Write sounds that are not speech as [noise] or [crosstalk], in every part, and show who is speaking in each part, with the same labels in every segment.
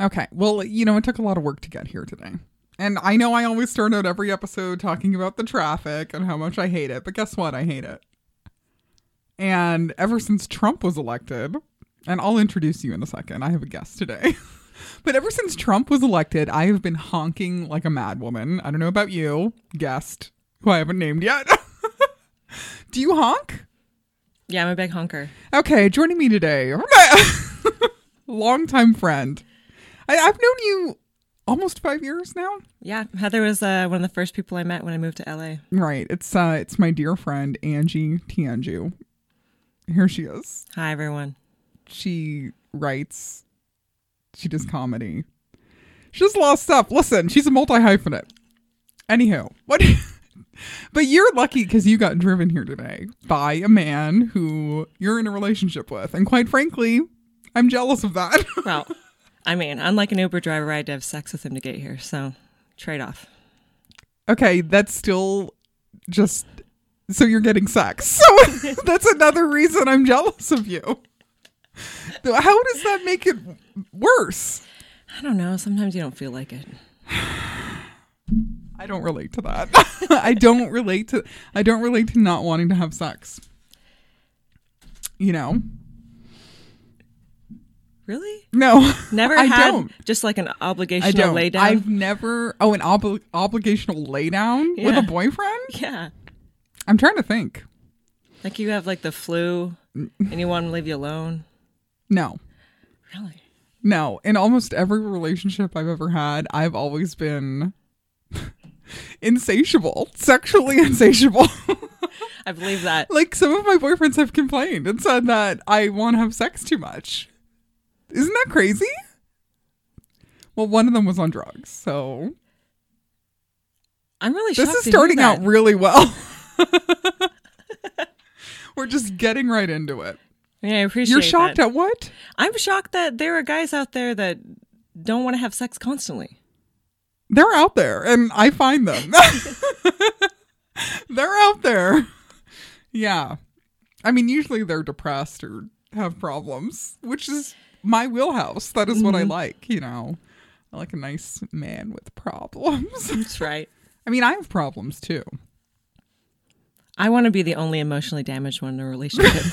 Speaker 1: Okay. Well, you know, it took a lot of work to get here today. And I know I always start out every episode talking about the traffic and how much I hate it, but guess what? I hate it. And ever since Trump was elected, and I'll introduce you in a second, I have a guest today. [laughs] but ever since Trump was elected, I have been honking like a madwoman. I don't know about you, guest, who I haven't named yet. [laughs] Do you honk?
Speaker 2: Yeah, I'm a big honker.
Speaker 1: Okay, joining me today, [laughs] longtime friend. I, I've known you almost five years now.
Speaker 2: Yeah, Heather was uh, one of the first people I met when I moved to LA.
Speaker 1: Right. It's uh, it's my dear friend Angie Tianju. Here she is.
Speaker 2: Hi, everyone.
Speaker 1: She writes. She does comedy. She does a lot of stuff. Listen, she's a multi hyphenate. Anywho, what? [laughs] but you're lucky because you got driven here today by a man who you're in a relationship with, and quite frankly, I'm jealous of that. [laughs]
Speaker 2: Well, [laughs] I mean, unlike an Uber driver, I had to have sex with him to get here. So, trade off.
Speaker 1: okay, that's still just so you're getting sex. [laughs] So that's another reason I'm jealous of you. So How does that make it worse?
Speaker 2: I don't know. Sometimes you don't feel like it.
Speaker 1: I don't relate to that. [laughs] I don't relate to I don't relate to not wanting to have sex. You know?
Speaker 2: Really?
Speaker 1: No.
Speaker 2: Never
Speaker 1: [laughs] I
Speaker 2: had
Speaker 1: don't.
Speaker 2: just like an
Speaker 1: I
Speaker 2: obligation to
Speaker 1: don't.
Speaker 2: lay down.
Speaker 1: I've never oh an obli- obligational lay down with
Speaker 2: Yeah.
Speaker 1: a boyfriend?
Speaker 2: [laughs] Yeah.
Speaker 1: I'm trying to think.
Speaker 2: Like you have like the flu
Speaker 1: Mm.
Speaker 2: and you want him to leave you alone.
Speaker 1: No.
Speaker 2: Really?
Speaker 1: No, in almost every relationship I've ever had, I've always been [laughs] insatiable, sexually [laughs] insatiable.
Speaker 2: I believe that.
Speaker 1: like some of my boyfriends have complained and said that I want to have sex too much. Isn't that crazy? Well, one of them was on drugs, so
Speaker 2: I'm really
Speaker 1: this
Speaker 2: shocked.
Speaker 1: is
Speaker 2: to hear
Speaker 1: starting
Speaker 2: that.
Speaker 1: out really well. [laughs] We're just getting right into it.
Speaker 2: I mean, I appreciate
Speaker 1: You're shocked
Speaker 2: that.
Speaker 1: at what?
Speaker 2: I'm shocked that there are guys out there that don't want to have sex constantly.
Speaker 1: they're out there and I find them. [laughs] they're out there. Yeah. I mean, usually they're depressed or have problems, which is my wheelhouse. That is what
Speaker 2: Mm-hmm.
Speaker 1: I like, you know. I like a nice man with problems. [laughs]
Speaker 2: That's right.
Speaker 1: I mean, I have problems too.
Speaker 2: I want to be the only emotionally damaged one in a relationship.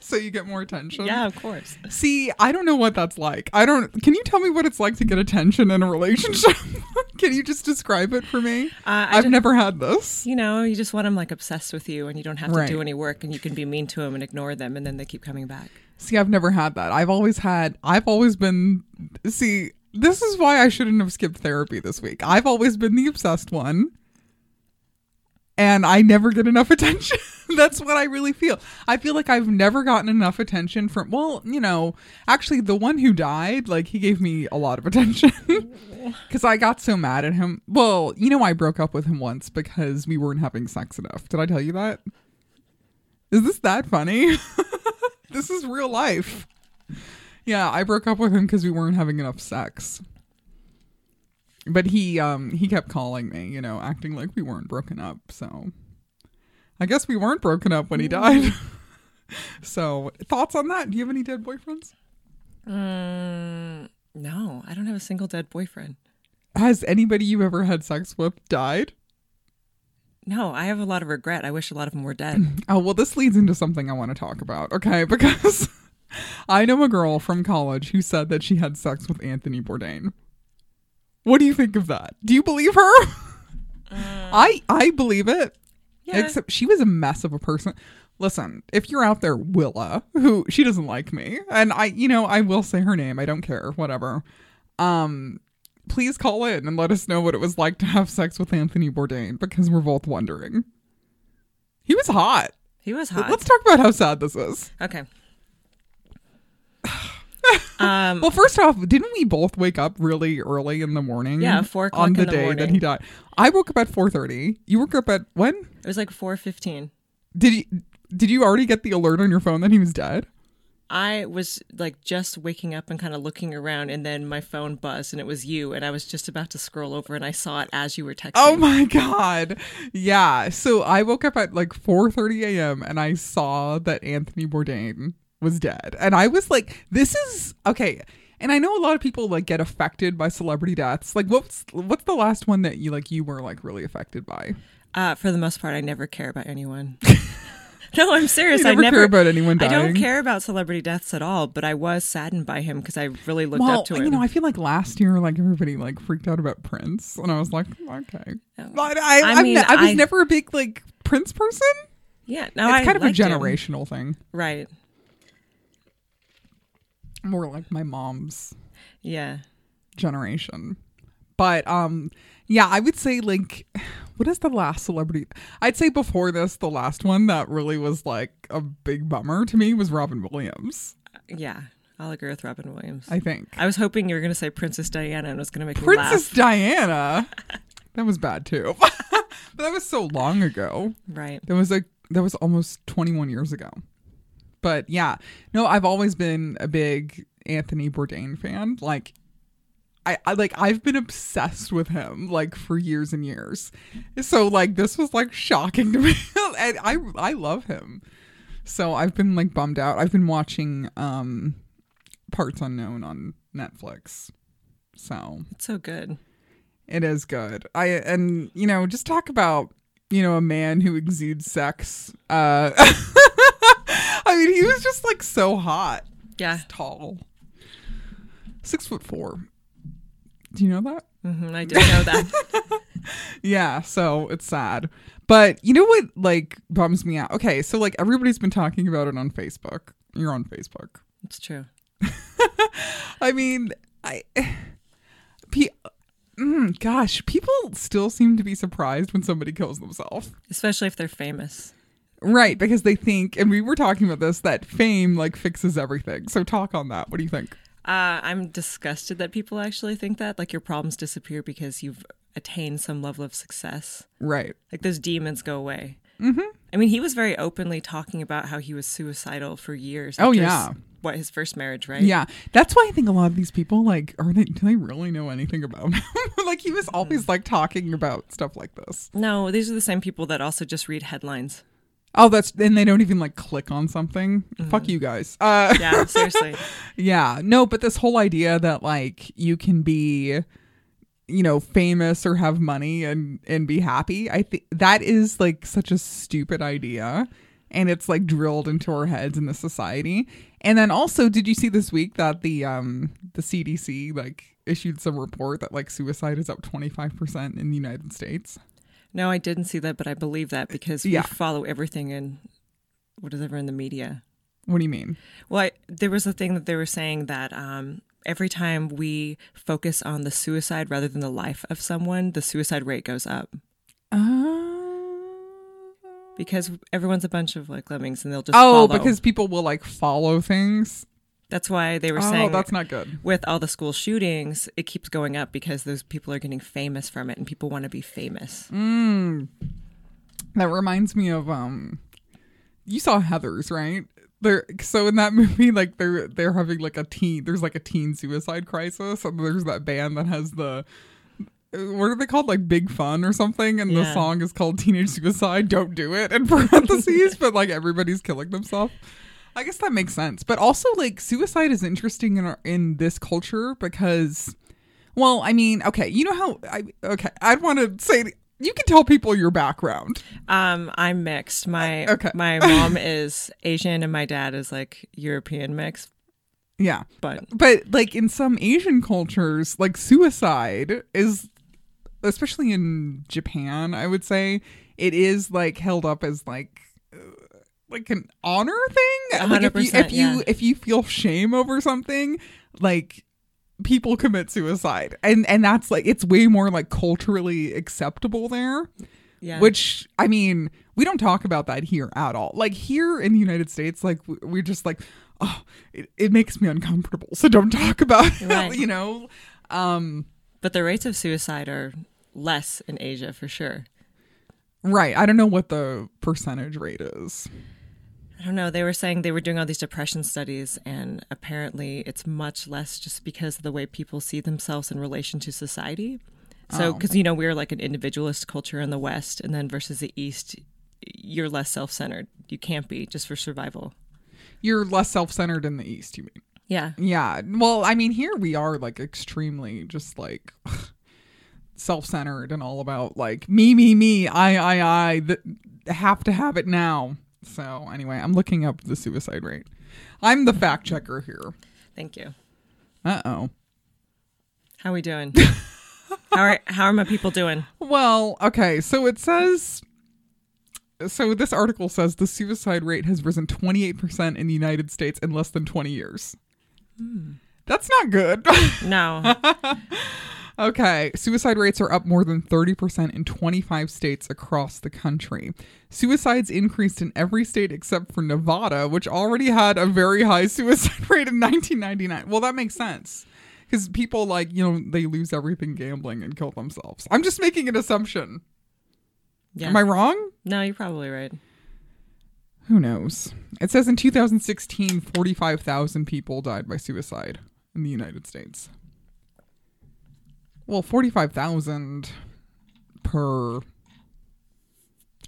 Speaker 1: So you get more attention.
Speaker 2: yeah, of course.
Speaker 1: See, I don't know what that's like. I don't. Can you tell me what it's like to get attention in a relationship? [laughs] can you just describe it for me?
Speaker 2: Uh, I
Speaker 1: I've
Speaker 2: don't-
Speaker 1: never had this.
Speaker 2: You know, you just want them like obsessed with you and you don't have
Speaker 1: Right.
Speaker 2: to do any work and you can be mean to them and ignore them and then they keep coming back.
Speaker 1: See, I've never had that. I've always had, I've always been, see, this is why I shouldn't have skipped therapy this week. I've always been the obsessed one. And I never get enough attention. [laughs] That's what I really feel. I feel like I've never gotten enough attention from, well, you know, actually, the one who died, like, he gave me a lot of attention [laughs] because I got so mad at him. Well, you know, I broke up with him once because we weren't having sex enough. Did I tell you that? Is this that funny? [laughs] this is real life. Yeah, I broke up with him because we weren't having enough sex. But he um he kept calling me, you know, acting like we weren't broken up. So I guess we weren't broken up when he died. [laughs] so thoughts on that? Do you have any dead boyfriends?
Speaker 2: No, I don't have a single dead boyfriend.
Speaker 1: Has anybody you've ever had sex with died?
Speaker 2: No, I have a lot of regret. I wish a lot of them were dead.
Speaker 1: Oh, well, this leads into something I want to talk about, okay? [laughs] Because I know a girl from college who said that she had sex with Anthony Bourdain. What do you think of that? Do you believe her? [laughs] I I believe it.
Speaker 2: Yeah.
Speaker 1: Except she was a mess of a person. Listen, if you're out there, Willa, who she doesn't like me, and I, you know, I will say her name. I don't care, whatever. Um, please call in and let us know what it was like to have sex with Anthony Bourdain because we're both wondering. He was hot.
Speaker 2: he was
Speaker 1: But
Speaker 2: hot.
Speaker 1: Let's talk about how sad this is.
Speaker 2: Okay. Um,
Speaker 1: Well, first off, didn't we both wake up really early in the morning?
Speaker 2: Yeah, four o'clock
Speaker 1: on the
Speaker 2: in the
Speaker 1: day that
Speaker 2: morning.
Speaker 1: he died. I woke up at four thirty. You woke up at when?
Speaker 2: it was like 4:15.
Speaker 1: Did you did you already get the alert on your phone that he was dead?
Speaker 2: I was like just waking up and kind of looking around, and then my phone buzzed, and it was you. And I was just about to scroll over, and I saw it as you were texting.
Speaker 1: Oh my god. Yeah. So I woke up at like 4:30 a.m. and I saw that Anthony Bourdain was dead. And I was like, this is okay. And I know a lot of people like get affected by celebrity deaths. Like what's what's the last one that you like you were like really affected by?
Speaker 2: Uh, for the most part, I never care
Speaker 1: [laughs]
Speaker 2: about anyone. no, I'm serious.
Speaker 1: You never,
Speaker 2: I never
Speaker 1: care about anyone
Speaker 2: I
Speaker 1: dying.
Speaker 2: don't care about celebrity deaths at all, but I was saddened by him because I really looked
Speaker 1: Well,
Speaker 2: up to
Speaker 1: you
Speaker 2: him.
Speaker 1: know, I feel like last year, like everybody like freaked out about Prince, and I was like, okay.
Speaker 2: Oh.
Speaker 1: But I,
Speaker 2: I
Speaker 1: I, am
Speaker 2: mean,
Speaker 1: I was
Speaker 2: I-
Speaker 1: never a big like Prince person.
Speaker 2: yeah, no,
Speaker 1: it's
Speaker 2: I
Speaker 1: kind of a
Speaker 2: liked him.
Speaker 1: generational thing.
Speaker 2: right?
Speaker 1: More like my mom's
Speaker 2: Yeah,
Speaker 1: generation. But um yeah, I would say like [sighs] what is the last celebrity? I'd say before this, the last one that really was like a big bummer to me was Robin Williams,
Speaker 2: yeah, I'll agree with Robin Williams. I,
Speaker 1: I think.
Speaker 2: was hoping you were going to say Princess Diana, and it was going to make
Speaker 1: Princess
Speaker 2: me
Speaker 1: Diana. [laughs] That was bad too. [laughs] but that was so long ago.
Speaker 2: laugh. Right?
Speaker 1: That was like that was almost 21 years ago. But yeah, no, I've always been a big Anthony Bourdain fan. Like I, I like I've been obsessed with him like for years and years. So like this was like shocking to [laughs] me. and I I love him. So I've been like bummed out. I've been watching um Parts Unknown on Netflix. So
Speaker 2: It's so good.
Speaker 1: it is good. I and you know, just talk about you know a man who exudes sex. Uh, [laughs] I mean, he was just like so hot,
Speaker 2: Yeah,
Speaker 1: tall, six foot four. Do you know that?
Speaker 2: hmm I did know that.
Speaker 1: [laughs] Yeah, so it's sad. But you know what like bums me out? Okay, so like everybody's been talking about it on Facebook. You're on Facebook.
Speaker 2: it's true.
Speaker 1: I mean, I. [sighs] Pe- mm, gosh, people still seem to be surprised when somebody kills themselves.
Speaker 2: especially if they're famous.
Speaker 1: Right, because they think, and we were talking about this, that fame like fixes everything. So talk on that. What do you think?
Speaker 2: Uh, I'm disgusted that people actually think that. Like your problems disappear because you've attained some level of success.
Speaker 1: Right.
Speaker 2: Like those demons go away. Mm-hmm. I mean, he was very openly talking about how he was suicidal for years.
Speaker 1: Oh,
Speaker 2: after
Speaker 1: yeah.
Speaker 2: his- What his first marriage, right?
Speaker 1: Yeah, that's why I think a lot of these people like are they do they really know anything about him? [laughs] like he was always like talking about stuff like this.
Speaker 2: No, these are the same people that also just read headlines.
Speaker 1: Oh, that's and they don't even like click on something. Fuck you guys. Uh, [laughs]
Speaker 2: Yeah, seriously.
Speaker 1: Yeah. No, but this whole idea that like you can be you know famous or have money and and be happy, I think that is like such a stupid idea and it's like drilled into our heads in the society. And then also, did you see this week that the um the CDC like issued some report that like suicide is up 25% in the United States?
Speaker 2: No, I didn't see that, but I believe that because
Speaker 1: Yeah.
Speaker 2: we follow everything in what is ever in the media.
Speaker 1: What do you mean?
Speaker 2: Well, I, there was a thing that they were saying that um, every time we focus on the suicide rather than the life of someone, the suicide rate goes up
Speaker 1: Uh...
Speaker 2: because everyone's a bunch of like lemmings and they'll just
Speaker 1: Oh,
Speaker 2: follow.
Speaker 1: because people will like follow things.
Speaker 2: that's why they were
Speaker 1: Oh,
Speaker 2: saying
Speaker 1: that's not good.
Speaker 2: with all the school shootings, it keeps going up because those people are getting famous from it and people want to be famous. Hmm.
Speaker 1: That reminds me of um you saw Heathers, right? There so in that [laughs] movie like they're they're having like a teen there's like a teen suicide crisis and there's that band that has the what are they called like big fun or something and the
Speaker 2: Yeah.
Speaker 1: song is called teenage suicide don't do it in parentheses but like everybody's killing themselves i guess that makes sense but also like suicide is interesting in our in this culture because well i mean okay you know how i okay i'd want to say you can tell people your background
Speaker 2: Um, I'm mixed. My
Speaker 1: Uh, okay. [laughs]
Speaker 2: my mom is Asian and my dad is like European mix,
Speaker 1: Yeah.
Speaker 2: but
Speaker 1: But like in some Asian cultures, like suicide is especially in Japan, I would say, it is like held up as like uh, like an honor thing. Like if you if
Speaker 2: 100%,
Speaker 1: you
Speaker 2: yeah.
Speaker 1: if you feel shame over something, like people commit suicide. And and that's like it's way more like culturally acceptable there.
Speaker 2: yeah.
Speaker 1: Which I mean, we don't talk about that here at all. Like here in the United States, like w- we're just like, oh, it, it makes me uncomfortable, so don't talk about it. [laughs]
Speaker 2: Right.
Speaker 1: you know, um,
Speaker 2: But the rates of suicide are less in Asia for sure.
Speaker 1: right? I don't know what the percentage rate is.
Speaker 2: I don't know. They were saying they were doing all these depression studies, and apparently it's much less just because of the way people see themselves in relation to society.
Speaker 1: Oh.
Speaker 2: So, because, you know, we're like an individualist culture in the West, and then versus the East, you're less self centered. You can't be just for survival.
Speaker 1: You're less self-centered in the East, you mean?
Speaker 2: Yeah.
Speaker 1: Yeah. Well, I mean, here we are like extremely just like [sighs] self centered and all about like me, me, me, I, I, I, th- have to have it now. So, anyway, I'm looking up the suicide rate. I'm the fact checker here.
Speaker 2: Thank you.
Speaker 1: Uh oh.
Speaker 2: How
Speaker 1: [laughs]
Speaker 2: we doing? how are how are my people doing?
Speaker 1: Well, okay. So it says. So this article says the suicide rate has risen 28% in the United States in less than 20 years. That's not good. [laughs]
Speaker 2: No.
Speaker 1: Okay, suicide rates are up more than 30% in 25 states across the country. Suicides increased in every state except for Nevada, which already had a very high [laughs] suicide rate in 1999. Well, that makes sense. Because people, like, you know, they lose everything gambling and kill themselves. I'm just making an assumption.
Speaker 2: Yeah.
Speaker 1: Am I wrong?
Speaker 2: no, you're probably right.
Speaker 1: Who knows? It says in 2016, 45,000 people died by suicide in the United States. Well, 45,000 per.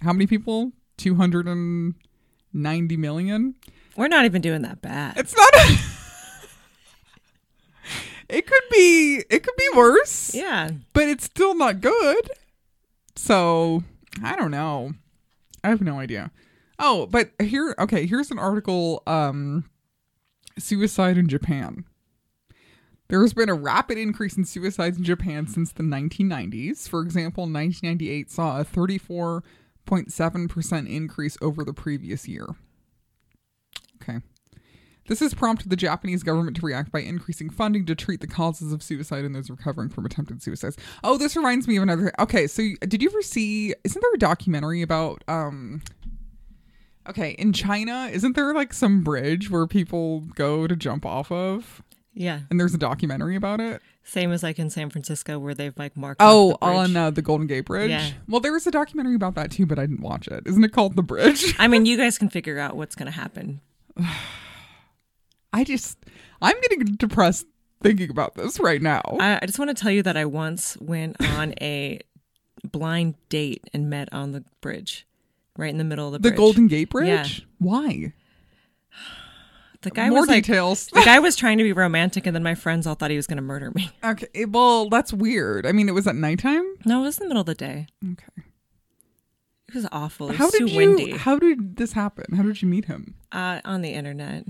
Speaker 1: How many people? 290 million?
Speaker 2: We're not even doing that bad.
Speaker 1: It's not. A- [laughs] it could be. It could be worse
Speaker 2: yeah.
Speaker 1: but it's still not good. So I don't know. I have no idea. Oh, but here, okay, here's an article um, Suicide in Japan. There's been a rapid increase in suicides in Japan since the 1990s. For example, 1998 saw a 34.7% increase over the previous year. Okay. This has prompted the Japanese government to react by increasing funding to treat the causes of suicide and those recovering from attempted suicides. Oh, this reminds me of another. Okay, so you- did you ever see? Isn't there a documentary about? um Okay, in China, isn't there like some bridge where people go to jump off of?
Speaker 2: Yeah.
Speaker 1: And there's a documentary about it.
Speaker 2: Same as like in San Francisco where they've like marked off
Speaker 1: Oh,
Speaker 2: the bridge.
Speaker 1: on uh, the Golden Gate Bridge.
Speaker 2: Yeah.
Speaker 1: Well, there was a documentary about that too, but I didn't watch it. Isn't it called The Bridge? [laughs]
Speaker 2: I mean, you guys can figure out what's going to happen.
Speaker 1: I just, I'm getting depressed thinking about this right now.
Speaker 2: I, I just want to tell you that I once went on a blind date and met on the bridge, right in the middle of the,
Speaker 1: The
Speaker 2: bridge.
Speaker 1: Golden Gate Bridge?
Speaker 2: Yeah.
Speaker 1: Why?
Speaker 2: The guy
Speaker 1: More
Speaker 2: was [laughs] like,
Speaker 1: details.
Speaker 2: the guy was trying to be romantic, and then my friends all thought he was going to murder me. [laughs]
Speaker 1: okay. it- Well, that's weird. I mean, it was at nighttime.
Speaker 2: No, it was in the middle of the day.
Speaker 1: Okay.
Speaker 2: It was awful. It was
Speaker 1: How
Speaker 2: too
Speaker 1: did you?
Speaker 2: windy.
Speaker 1: How did this happen? How did you meet him?
Speaker 2: uh, on the internet,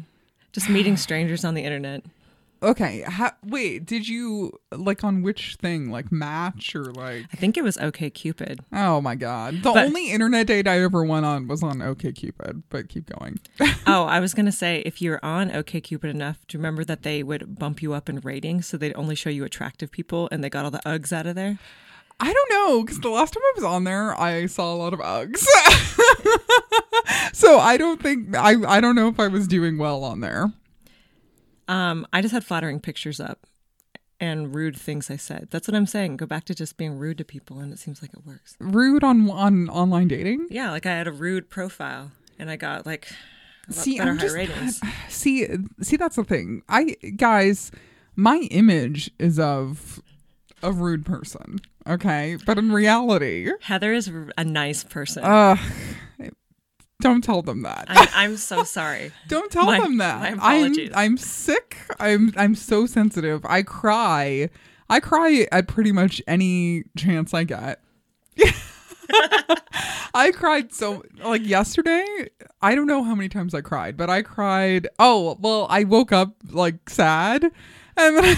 Speaker 2: just
Speaker 1: [sighs]
Speaker 2: meeting strangers on the internet.
Speaker 1: Okay. How, wait. Did you like on which thing? Like Match or like?
Speaker 2: I think it was OK Cupid.
Speaker 1: Oh my God. The
Speaker 2: But-
Speaker 1: only internet date I ever went on was on OKCupid. But keep going. [laughs]
Speaker 2: Oh, I was gonna say if you're on OKCupid enough, do you remember that they would bump you up in ratings, so they'd only show you attractive people, and they got all the Uggs out of there.
Speaker 1: I don't know because the last time I was on there, I saw a lot of Uggs. [laughs] so I don't think I. I don't know if I was doing well on there.
Speaker 2: Um, I just had flattering pictures up and rude things I said. That's what I'm saying. Go back to just being rude to people, and it seems like it works.
Speaker 1: Rude on on online dating.
Speaker 2: Yeah, like I had a rude profile, and I got like a lot
Speaker 1: See,
Speaker 2: better
Speaker 1: I'm
Speaker 2: high
Speaker 1: just
Speaker 2: ratings.
Speaker 1: [sighs] see see that's the thing i guys my image is of a rude person okay but in reality
Speaker 2: Heather is r- a nice person.
Speaker 1: uh [sighs] don't tell them that
Speaker 2: I, I'm so sorry.
Speaker 1: don't tell
Speaker 2: my-
Speaker 1: them that
Speaker 2: my apologies.
Speaker 1: i'm i'm sick i'm i'm so sensitive i cry i cry at pretty much any chance i get [laughs] I cried so like yesterday. I don't know how many times I cried, but I cried. Oh well, I woke up like sad, and then I,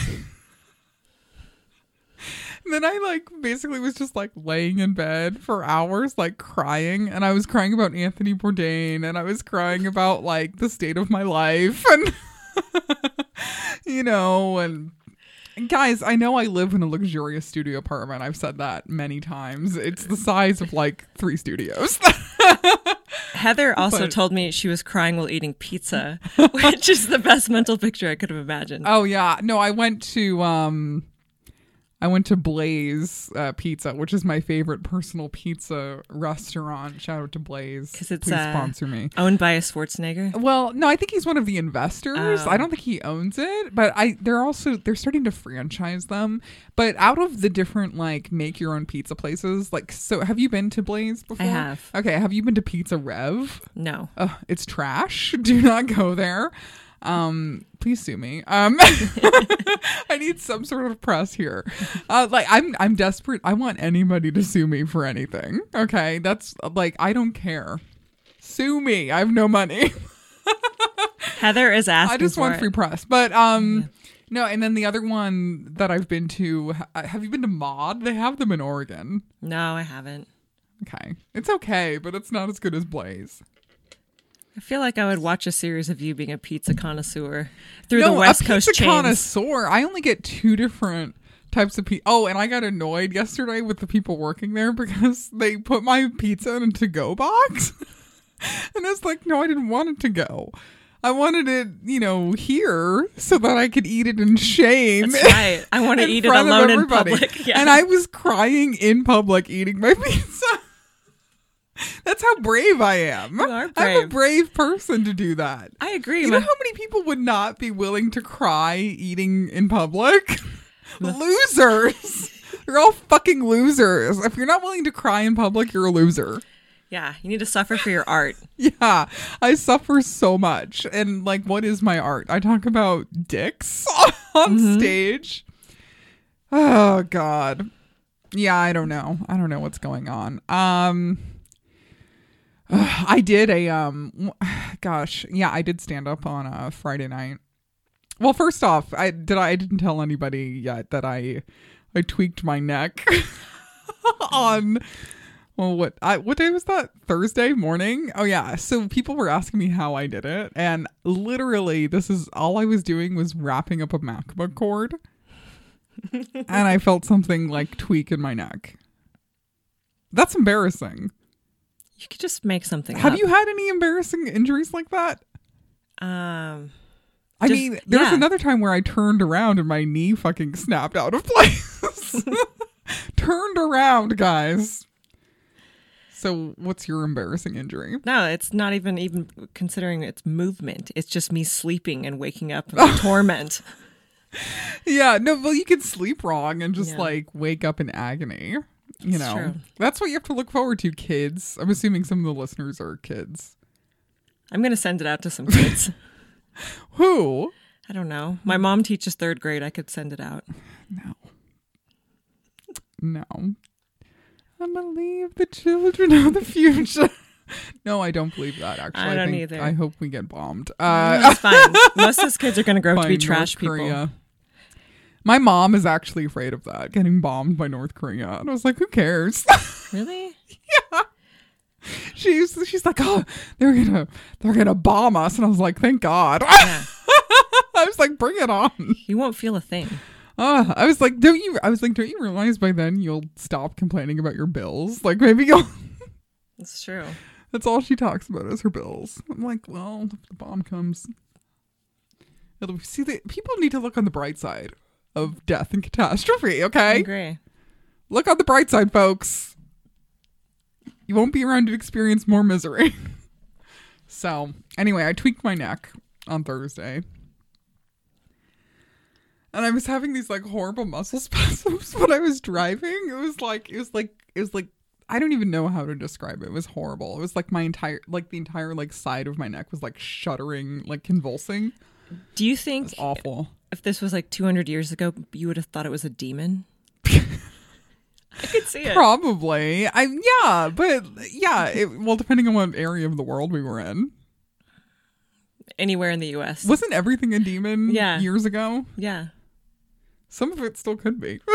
Speaker 1: and then I like basically was just like laying in bed for hours, like crying, and I was crying about Anthony Bourdain, and I was crying about like the state of my life, [laughs] and you know, and. And Guys, I know I live in a luxurious studio apartment. I've said that many times. It's the size of like three studios. [laughs]
Speaker 2: Heather also
Speaker 1: But-
Speaker 2: told me she was crying while eating pizza, [laughs] which is the best mental picture I could have imagined.
Speaker 1: oh yeah, no, I went to um, I went to Blaze uh, Pizza, which is my favorite personal pizza restaurant. Shout out to Blaze.
Speaker 2: 'Cause it's,
Speaker 1: Please
Speaker 2: uh,
Speaker 1: sponsor me.
Speaker 2: Owned by a Schwarzenegger.
Speaker 1: Well, no, I think he's one of the investors.
Speaker 2: Oh.
Speaker 1: I don't think he owns it, but I they're also they're starting to franchise them. But out of the different like make your own pizza places, like so have you been to Blaze before?
Speaker 2: have.
Speaker 1: Okay, have you been to Pizza Rev?
Speaker 2: No.
Speaker 1: [laughs] Ugh, it's trash. Do not go there. Um, please sue me. Um, [laughs] I need some sort of press here. Uh, like I'm, I'm desperate. I want anybody to sue me for anything. Okay, that's like I don't care. Sue me. I have no money. [laughs]
Speaker 2: Heather is asking.
Speaker 1: I just
Speaker 2: for
Speaker 1: want
Speaker 2: it.
Speaker 1: free press. But um, no. And then the other one that I've been to. ha- Have you been to Mod? They have them in Oregon.
Speaker 2: No, I haven't.
Speaker 1: Okay, it's okay, but it's not as good as Blaze.
Speaker 2: I feel like I would watch a series of you being a pizza connoisseur through
Speaker 1: no,
Speaker 2: the West
Speaker 1: a
Speaker 2: Coast
Speaker 1: pizza
Speaker 2: chains.
Speaker 1: connoisseur. I only get two different types of pizza. Oh, and I got annoyed yesterday with the people working there because [laughs] they put my pizza in a to-go box, [laughs] and it's like, no, I didn't want it to go. I wanted it, you know, here so that I could eat it in shame. [laughs]
Speaker 2: That's right. I want to
Speaker 1: in
Speaker 2: eat it
Speaker 1: front of
Speaker 2: alone in
Speaker 1: everybody.
Speaker 2: public. [laughs] Yeah.
Speaker 1: And I was crying in public eating my [laughs] pizza. That's how brave I am.
Speaker 2: You are
Speaker 1: I'm a
Speaker 2: brave.
Speaker 1: brave person to do that.
Speaker 2: I agree.
Speaker 1: You know
Speaker 2: my-
Speaker 1: how many people would not be willing to cry eating in
Speaker 2: [laughs]
Speaker 1: public? losers. You're all fucking losers. If you're not willing to cry in public, you're a loser.
Speaker 2: yeah, you need to suffer for your art.
Speaker 1: [laughs] Yeah, I suffer so much. And like, what is my art? I talk about dicks [laughs] on stage. Oh God. Yeah, I don't know. I don't know what's going on. Um, [sighs] I did a um, [sighs] gosh, yeah, I did stand up on a Friday night. Well, first off, I did. I didn't tell anybody yet that I, I tweaked my neck [laughs] on well, what I what day was that? Thursday morning. Oh yeah. So people were asking me how I did it, and literally, this is all I was doing was wrapping up a MacBook cord,
Speaker 2: [laughs]
Speaker 1: and I felt something like tweak in my neck. That's embarrassing.
Speaker 2: You could just make something.
Speaker 1: Have
Speaker 2: up.
Speaker 1: you had any embarrassing injuries like that?
Speaker 2: Um,
Speaker 1: I
Speaker 2: Just-
Speaker 1: mean, there was
Speaker 2: yeah.
Speaker 1: another time where I turned around and my knee fucking snapped out of [laughs]
Speaker 2: [laughs]
Speaker 1: place. turned around, guys. So, what's your embarrassing injury?
Speaker 2: no, it's not even even considering its movement. It's just me sleeping and waking up
Speaker 1: [laughs]
Speaker 2: in torment.
Speaker 1: Yeah, no, well, you can sleep wrong and just
Speaker 2: Yeah.
Speaker 1: like wake up in agony. You
Speaker 2: That's
Speaker 1: know,
Speaker 2: true.
Speaker 1: that's what you have to look forward to, kids. I'm assuming some of the listeners are kids.
Speaker 2: I'm gonna send it out to some kids.
Speaker 1: Who?
Speaker 2: I don't know. My mom teaches third grade. I could send
Speaker 1: [laughs]
Speaker 2: it out.
Speaker 1: No. No. I believe the children of the future. [laughs] no, I don't believe that, actually.
Speaker 2: I don't
Speaker 1: think,
Speaker 2: either.
Speaker 1: I hope we get bombed. Uh,
Speaker 2: That's fine. Most of these kids are gonna grow up to
Speaker 1: by
Speaker 2: be
Speaker 1: North
Speaker 2: trash people.
Speaker 1: Korea. My mom is actually afraid of that, getting bombed by North Korea. And I was like, who cares?
Speaker 2: Really?
Speaker 1: she's she's like, oh, they're gonna they're gonna bomb us, and I was like, thank God.
Speaker 2: Yeah.
Speaker 1: [laughs] I was like, bring it on.
Speaker 2: You won't feel a thing.
Speaker 1: Uh, I was like, don't you? I was like, don't you realize by then you'll stop complaining about your bills? Like maybe you'll. [laughs]
Speaker 2: It's true.
Speaker 1: That's all she talks about is her bills. I'm like, well, if the bomb comes, it'll see the people need to look on the bright side of death and catastrophe.
Speaker 2: I
Speaker 1: Okay,
Speaker 2: agree.
Speaker 1: look on the bright side, folks. You won't be around to experience more misery. [laughs] so, anyway, I tweaked my neck on Thursday. And I was having these like horrible muscle [laughs] spasms when I was driving. It was like it was like it was like I don't even know how to describe it. It was horrible. It was like my entire like the entire like side of my neck was like shuddering, like convulsing.
Speaker 2: Do you think
Speaker 1: It's awful.
Speaker 2: if this was like 200 years ago, you would have thought it was a demon? [laughs] I could see it.
Speaker 1: Probably. I yeah, but yeah, it, well depending on what area of the world we were in.
Speaker 2: Anywhere in the U.S.
Speaker 1: Wasn't everything a demon
Speaker 2: Yeah.
Speaker 1: years ago?
Speaker 2: Yeah.
Speaker 1: Some of it still could be. [laughs]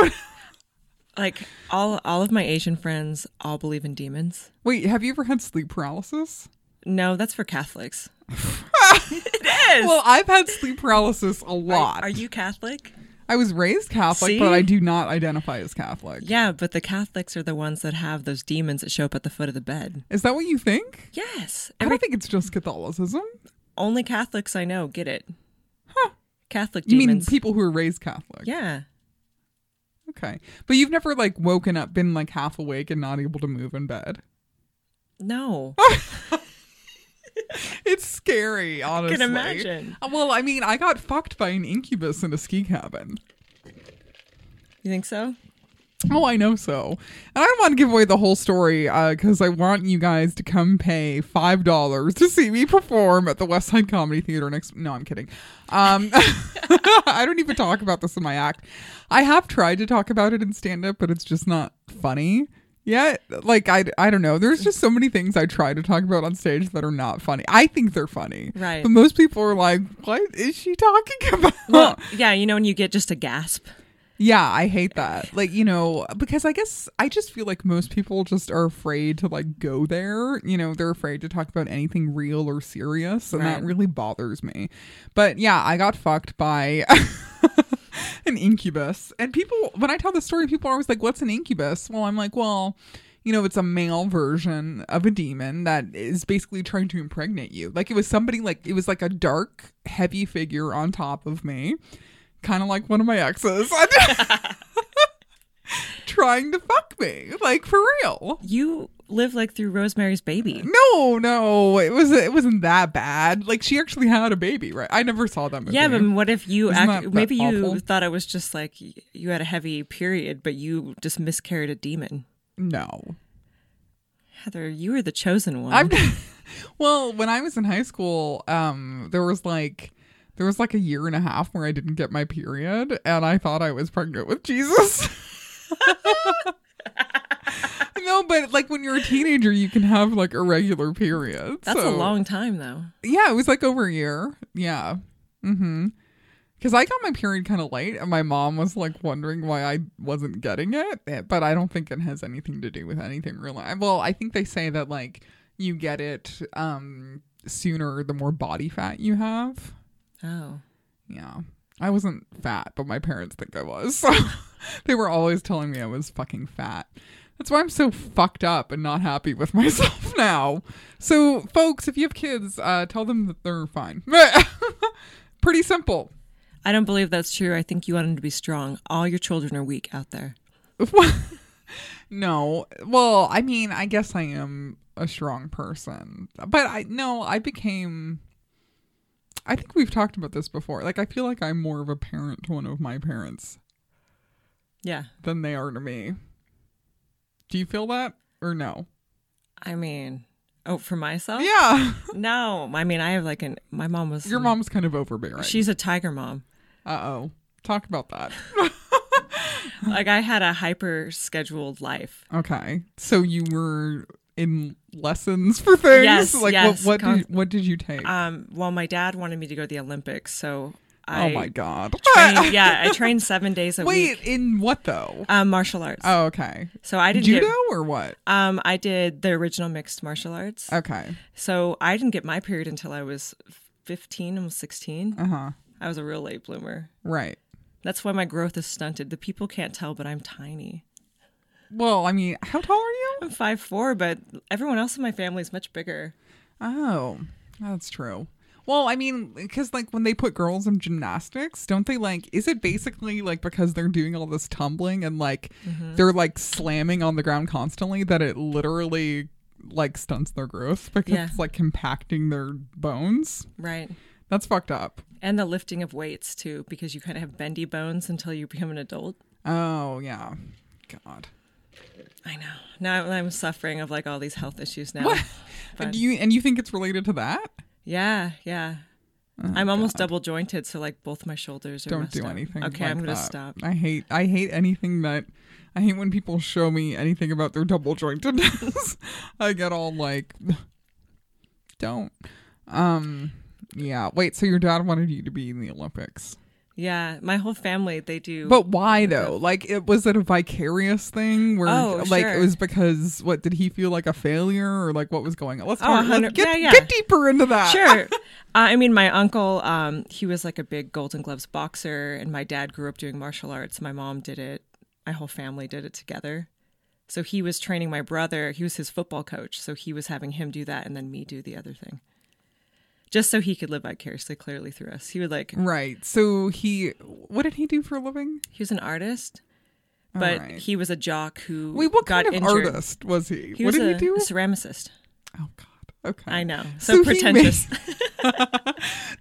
Speaker 2: Like all all of my Asian friends all believe in demons.
Speaker 1: Wait, have you ever had sleep paralysis?
Speaker 2: No, that's for Catholics. it is.
Speaker 1: Well, I've had sleep paralysis a lot.
Speaker 2: Are, are you Catholic?
Speaker 1: I was raised Catholic,
Speaker 2: See?
Speaker 1: but I do not identify as Catholic.
Speaker 2: Yeah, but the Catholics are the ones that have those demons that show up at the foot of the bed.
Speaker 1: Is that what you think?
Speaker 2: Yes.
Speaker 1: I don't think it's just Catholicism.
Speaker 2: Only Catholics I know get it. Huh. Catholic
Speaker 1: You
Speaker 2: demons.
Speaker 1: mean people who are raised Catholic?
Speaker 2: yeah.
Speaker 1: Okay. But you've never like woken up, been like half awake and not able to move in bed.
Speaker 2: No.
Speaker 1: It's scary, honestly. Uh,
Speaker 2: imagine.
Speaker 1: Well, I mean, I got fucked by an incubus in a ski cabin.
Speaker 2: You think so?
Speaker 1: Oh, I know so. And I don't want to give away the whole story because I want you guys to come pay five dollars to see me perform at the West Side Comedy Theater next. No, I'm kidding. Um, [laughs] I don't even talk about this in my act. I have tried to talk about it in stand up, but it's just not funny yet. Like I, I don't know. There's just so many things I try to talk about on stage that are not funny. I think they're funny,
Speaker 2: Right.
Speaker 1: But most people are like, "What is she talking [laughs] about?"
Speaker 2: Well, yeah, you know, when you get just a gasp.
Speaker 1: Yeah, I hate that. Like, you know, because I guess I just feel like most people just are afraid to like go there. You know, they're afraid to talk about anything real or serious, and that
Speaker 2: Right.
Speaker 1: really bothers me. But yeah, I got fucked by [laughs] an incubus. And people when I tell the story, people are always like, "What's an incubus?" Well, I'm like, "Well, you know, it's a male version of a demon that is basically trying to impregnate you. Like it was somebody like it was like a dark, heavy figure on top of me kind of like one of my exes [laughs] trying to fuck me like for real
Speaker 2: You live like through Rosemary's
Speaker 1: Mm,
Speaker 2: Baby.
Speaker 1: no no it was it wasn't that bad like she actually had a baby right i never saw that movie
Speaker 2: Yeah, but what if you
Speaker 1: Isn't
Speaker 2: act-
Speaker 1: that-
Speaker 2: maybe
Speaker 1: that
Speaker 2: you
Speaker 1: awful?
Speaker 2: thought I was just like y- you had a heavy period, but you just miscarried a demon.
Speaker 1: no
Speaker 2: Heather, you were the chosen one.
Speaker 1: i'm well when i was in high school um there was like there was like a year and a half where i didn't get my period and i thought i was pregnant with jesus [laughs] no but like when you're a teenager you can have like irregular periods
Speaker 2: That's a
Speaker 1: so-
Speaker 2: long time though.
Speaker 1: Yeah, it was like over a year. Yeah. Mm-hmm. Because I got my period kind of late, and my mom was like wondering why I wasn't getting it. eh, But I don't think it has anything to do with anything real. I- Well, I think they say that like you get it um sooner the more body fat you have.
Speaker 2: Oh.
Speaker 1: Yeah. I wasn't fat, but my parents think I was. So [laughs] they were always telling me I was fucking fat. That's why I'm so fucked up and not happy with [laughs] myself now. So, folks, if you have kids, uh, tell them that they're fine. [laughs] Pretty simple. [laughs]
Speaker 2: I don't believe that's true. I think you want them to be strong. All your children are weak out there.
Speaker 1: no. Well, I mean, I guess I am a strong person. But I no, I became I think we've talked about this before. Like I feel like I'm more of a parent to one of my parents
Speaker 2: Yeah.
Speaker 1: than they are to me. Do you feel that or no?
Speaker 2: I mean, oh, for myself?
Speaker 1: Yeah. [laughs]
Speaker 2: No. I mean, I have like an my mom was
Speaker 1: Your mom's kind of overbearing.
Speaker 2: She's a tiger mom.
Speaker 1: uh oh. Talk about that.
Speaker 2: Like I had a hyper scheduled life.
Speaker 1: Okay. So you were in lessons for things?
Speaker 2: Yes,
Speaker 1: like
Speaker 2: yes,
Speaker 1: what what
Speaker 2: con-
Speaker 1: did, what did you take?
Speaker 2: Um, well, my dad wanted me to go to the Olympics, so I
Speaker 1: oh my god.
Speaker 2: trained, yeah, I trained seven days
Speaker 1: [laughs]
Speaker 2: a
Speaker 1: Wait,
Speaker 2: week.
Speaker 1: in what though?
Speaker 2: Um, martial arts.
Speaker 1: Oh, okay.
Speaker 2: so I didn't
Speaker 1: Judo
Speaker 2: Get,
Speaker 1: or what?
Speaker 2: um, I did the original mixed martial arts.
Speaker 1: Okay.
Speaker 2: So I didn't get my period until I was fifteen, almost sixteen.
Speaker 1: Uh-huh.
Speaker 2: I was a real late bloomer.
Speaker 1: Right.
Speaker 2: That's why my growth is stunted. The people can't tell, but I'm tiny.
Speaker 1: Well, I mean, how tall are you?
Speaker 2: I'm five four, but everyone else in my family is much bigger.
Speaker 1: Oh, that's true. Well, I mean, because like when they put girls in gymnastics, don't they like? Is it basically like because they're doing all this tumbling and like they're like slamming on the ground constantly that it literally like stunts their growth because
Speaker 2: Yeah.
Speaker 1: it's like compacting their bones?
Speaker 2: Right.
Speaker 1: That's fucked up.
Speaker 2: And the lifting of weights too, because you kind of have bendy bones until you become an adult.
Speaker 1: Oh yeah, God.
Speaker 2: I know. Now I'm suffering of like all these health issues now. But-
Speaker 1: Do you and you think it's related to that?
Speaker 2: Yeah, yeah. I'm almost double jointed, so like both my shoulders are.
Speaker 1: Oh, don't
Speaker 2: messed
Speaker 1: do
Speaker 2: up.
Speaker 1: anything.
Speaker 2: Okay,
Speaker 1: like
Speaker 2: I'm gonna
Speaker 1: that.
Speaker 2: stop.
Speaker 1: I hate I hate anything that I hate when people show me anything about their double jointedness. [laughs] I get all like [sighs] don't. Um yeah. Wait, so your dad wanted you to be in the Olympics.
Speaker 2: Yeah, my whole family they do.
Speaker 1: But why though? Like it was it a vicarious thing where
Speaker 2: Oh,
Speaker 1: like it
Speaker 2: sure.
Speaker 1: was because what did he feel like a failure or like what was going on? Let's
Speaker 2: Oh,
Speaker 1: talk let's
Speaker 2: 100
Speaker 1: get,
Speaker 2: yeah, yeah.
Speaker 1: get deeper into that. [laughs]
Speaker 2: sure. Uh, I mean, my uncle, um, he was like a big Golden Gloves boxer, and my dad grew up doing martial arts. My mom did it. My whole family did it together. So he was training my brother. He was his football coach. So he was having him do that and then me do the other thing. Just so he could live vicariously, clearly through us. He would like,
Speaker 1: Right. So he what did he do for a living?
Speaker 2: he was an artist, but
Speaker 1: Alright.
Speaker 2: he was a jock who
Speaker 1: Wait, what
Speaker 2: got
Speaker 1: kind of
Speaker 2: injured.
Speaker 1: artist was he?
Speaker 2: He
Speaker 1: what
Speaker 2: was
Speaker 1: did
Speaker 2: a,
Speaker 1: he do?
Speaker 2: a ceramicist.
Speaker 1: Oh God. Okay.
Speaker 2: I know. So,
Speaker 1: he [laughs]
Speaker 2: pretentious.
Speaker 1: made-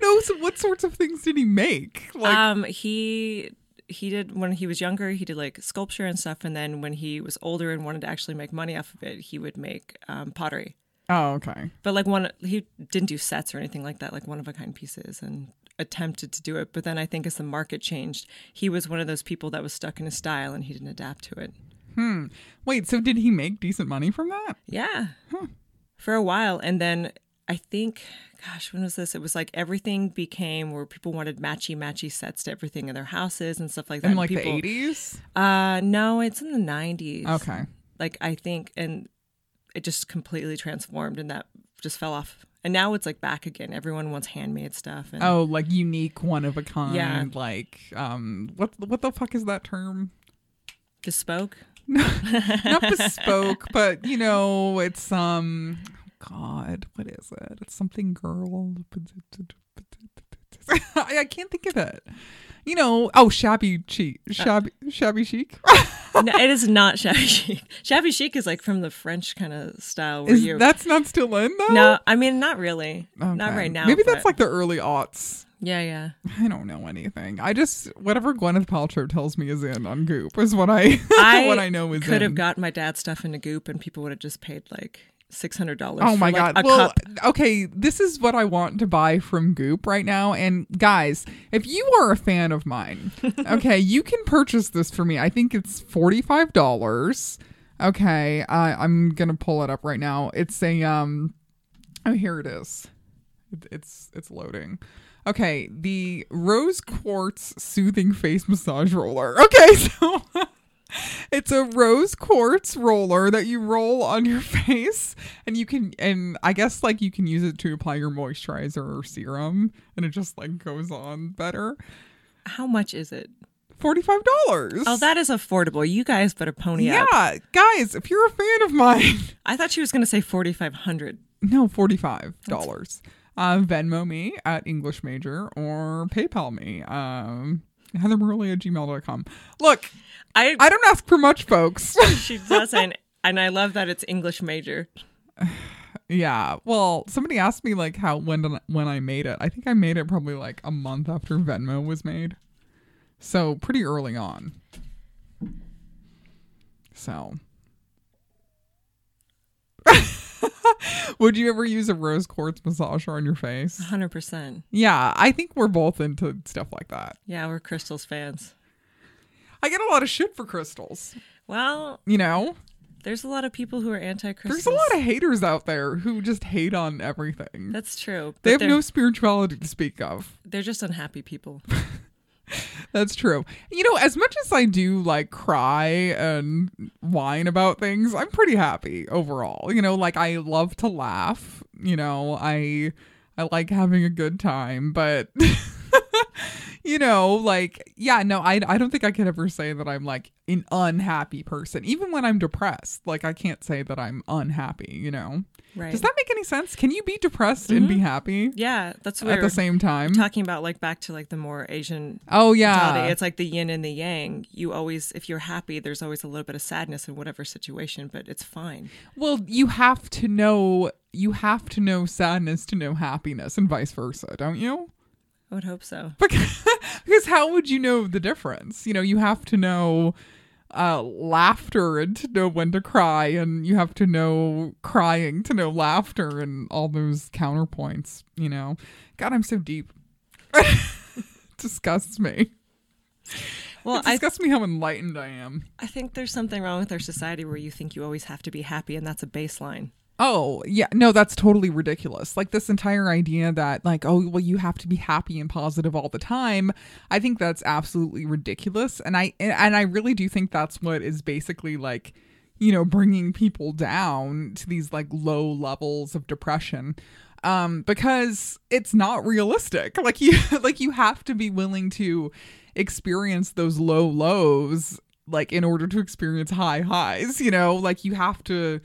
Speaker 1: no. So what sorts of things did he make? Like
Speaker 2: um, he he did when he was younger he did like sculpture and stuff and then when he was older and wanted to actually make money off of it he would make um, pottery
Speaker 1: Oh, okay.
Speaker 2: but like one he didn't do sets or anything like that like one of a kind pieces and attempted to do it but then i think as the market changed he was one of those people that was stuck in a style and he didn't adapt to it
Speaker 1: Hmm. Wait, so did he make decent money from that?
Speaker 2: Yeah. For a while. And then I think, gosh, when was this? It was like everything became where people wanted matchy matchy sets to everything in their houses and stuff like that.
Speaker 1: In
Speaker 2: And
Speaker 1: like
Speaker 2: Uh, people-
Speaker 1: the 80s?
Speaker 2: Uh, no, it's in the 90s.
Speaker 1: Okay.
Speaker 2: Like I think, and it just completely transformed and that just fell off. And now it's like back again. Everyone wants handmade stuff. And
Speaker 1: Oh, like unique, one of a kind.
Speaker 2: Yeah.
Speaker 1: Like, um, what what the fuck is that term?
Speaker 2: bespoke.
Speaker 1: Not bespoke, [laughs] but you know, it's um, God, what is it? It's something girl. [laughs] I, I can't think of it. You know, oh, shabby chic,
Speaker 2: Uh,
Speaker 1: shabby, shabby chic.
Speaker 2: no, it is not [laughs] shabby chic. Shabby chic is like from the French kind of style where
Speaker 1: Is,
Speaker 2: you.
Speaker 1: that's not still in though.
Speaker 2: no, I mean not really. Not
Speaker 1: Okay.
Speaker 2: right now.
Speaker 1: Maybe that's
Speaker 2: but-
Speaker 1: like the early aughts.
Speaker 2: yeah, yeah.
Speaker 1: I don't know anything. I just whatever Gwyneth Paltrow tells me is in on Goop is what I [laughs]
Speaker 2: I
Speaker 1: what I know is
Speaker 2: could
Speaker 1: in.
Speaker 2: have got my dad's stuff in a goop, and people would have just paid like six hundred dollars.
Speaker 1: Oh my
Speaker 2: for, like,
Speaker 1: god.
Speaker 2: A
Speaker 1: Well,
Speaker 2: cup.
Speaker 1: okay, this is what I want to buy from Goop right now. And guys, if you are a fan of
Speaker 2: [laughs]
Speaker 1: mine, okay, you can purchase this for me. I think it's $45. Okay, I I'm going to pull it up right now. It's a um Oh, here it is. It- It's it's loading. Okay, the rose quartz soothing face massage roller. [laughs] Okay, so it's a rose quartz roller that you roll on your [laughs] face and you can and I guess like you can use it to apply your moisturizer or serum and it just like goes on better.
Speaker 2: How much is it?
Speaker 1: $45.
Speaker 2: Oh, that is affordable. You guys better pony
Speaker 1: yeah.
Speaker 2: up.
Speaker 1: guys, if you're a fan of mine, [laughs]
Speaker 2: I thought she was going to say forty five hundred.
Speaker 1: No, forty-five dollars. Uh, Venmo me at English major or PayPal me. Um, Heather at gmail.com. Look,
Speaker 2: I,
Speaker 1: I don't ask for much, folks. [laughs]
Speaker 2: [laughs] she doesn't, and I love that it's English major.
Speaker 1: yeah. Well, somebody asked me like how when did I- when I made it. I think I made it probably like a month after Venmo was made, so pretty early on. So, [laughs] would you ever use a rose quartz massager on your face?
Speaker 2: One hundred percent.
Speaker 1: Yeah, I think we're both into stuff like that.
Speaker 2: Yeah, we're crystals fans.
Speaker 1: I get a lot of shit for crystals.
Speaker 2: Well,
Speaker 1: You know,
Speaker 2: there's a lot of people who are anti crystals.
Speaker 1: there's a lot of haters out there who just hate on everything.
Speaker 2: That's true.
Speaker 1: They
Speaker 2: but
Speaker 1: have
Speaker 2: they're,
Speaker 1: no spirituality to speak of.
Speaker 2: they're just unhappy people.
Speaker 1: That's true. You know, as much as I do like cry and whine about things, I'm pretty happy overall. You know, like I love to laugh. You know, I I like having a good time, but [laughs] you know, like yeah, no, I I don't think I could ever say that I'm like an unhappy person. Even when I'm depressed, like I can't say that I'm unhappy, you know.
Speaker 2: Right.
Speaker 1: Does that make any sense? Can you be depressed and be happy
Speaker 2: yeah, that's what
Speaker 1: at
Speaker 2: we're
Speaker 1: the same time?
Speaker 2: talking about. Like back to like the more Asian
Speaker 1: Oh yeah.
Speaker 2: mentality. It's like the yin and the yang. You always, if you're happy, there's always a little bit of sadness in whatever situation, but it's fine.
Speaker 1: Well, you have to know you have to know sadness to know happiness and vice versa, don't you? [laughs]
Speaker 2: I would hope so.
Speaker 1: Because, because how would you know the difference? You know, you have to know uh laughter and to know when to cry and you have to know crying to know laughter and all those counterpoints, you know. God, I'm so deep. [laughs] disgusts me.
Speaker 2: Well, I,
Speaker 1: disgusts me how enlightened I am.
Speaker 2: I think there's something wrong with our society where you think you always have to be happy and that's a baseline.
Speaker 1: Oh, yeah. No, that's totally ridiculous. Like this entire idea that like, oh, well you have to be happy and positive all the time. I think that's absolutely ridiculous and I and I really do think that's what is basically like, you know, bringing people down to these like low levels of depression. Um because it's not realistic. Like you [laughs] like you have to be willing to experience those low lows like in order to experience high highs, you know? Like you have to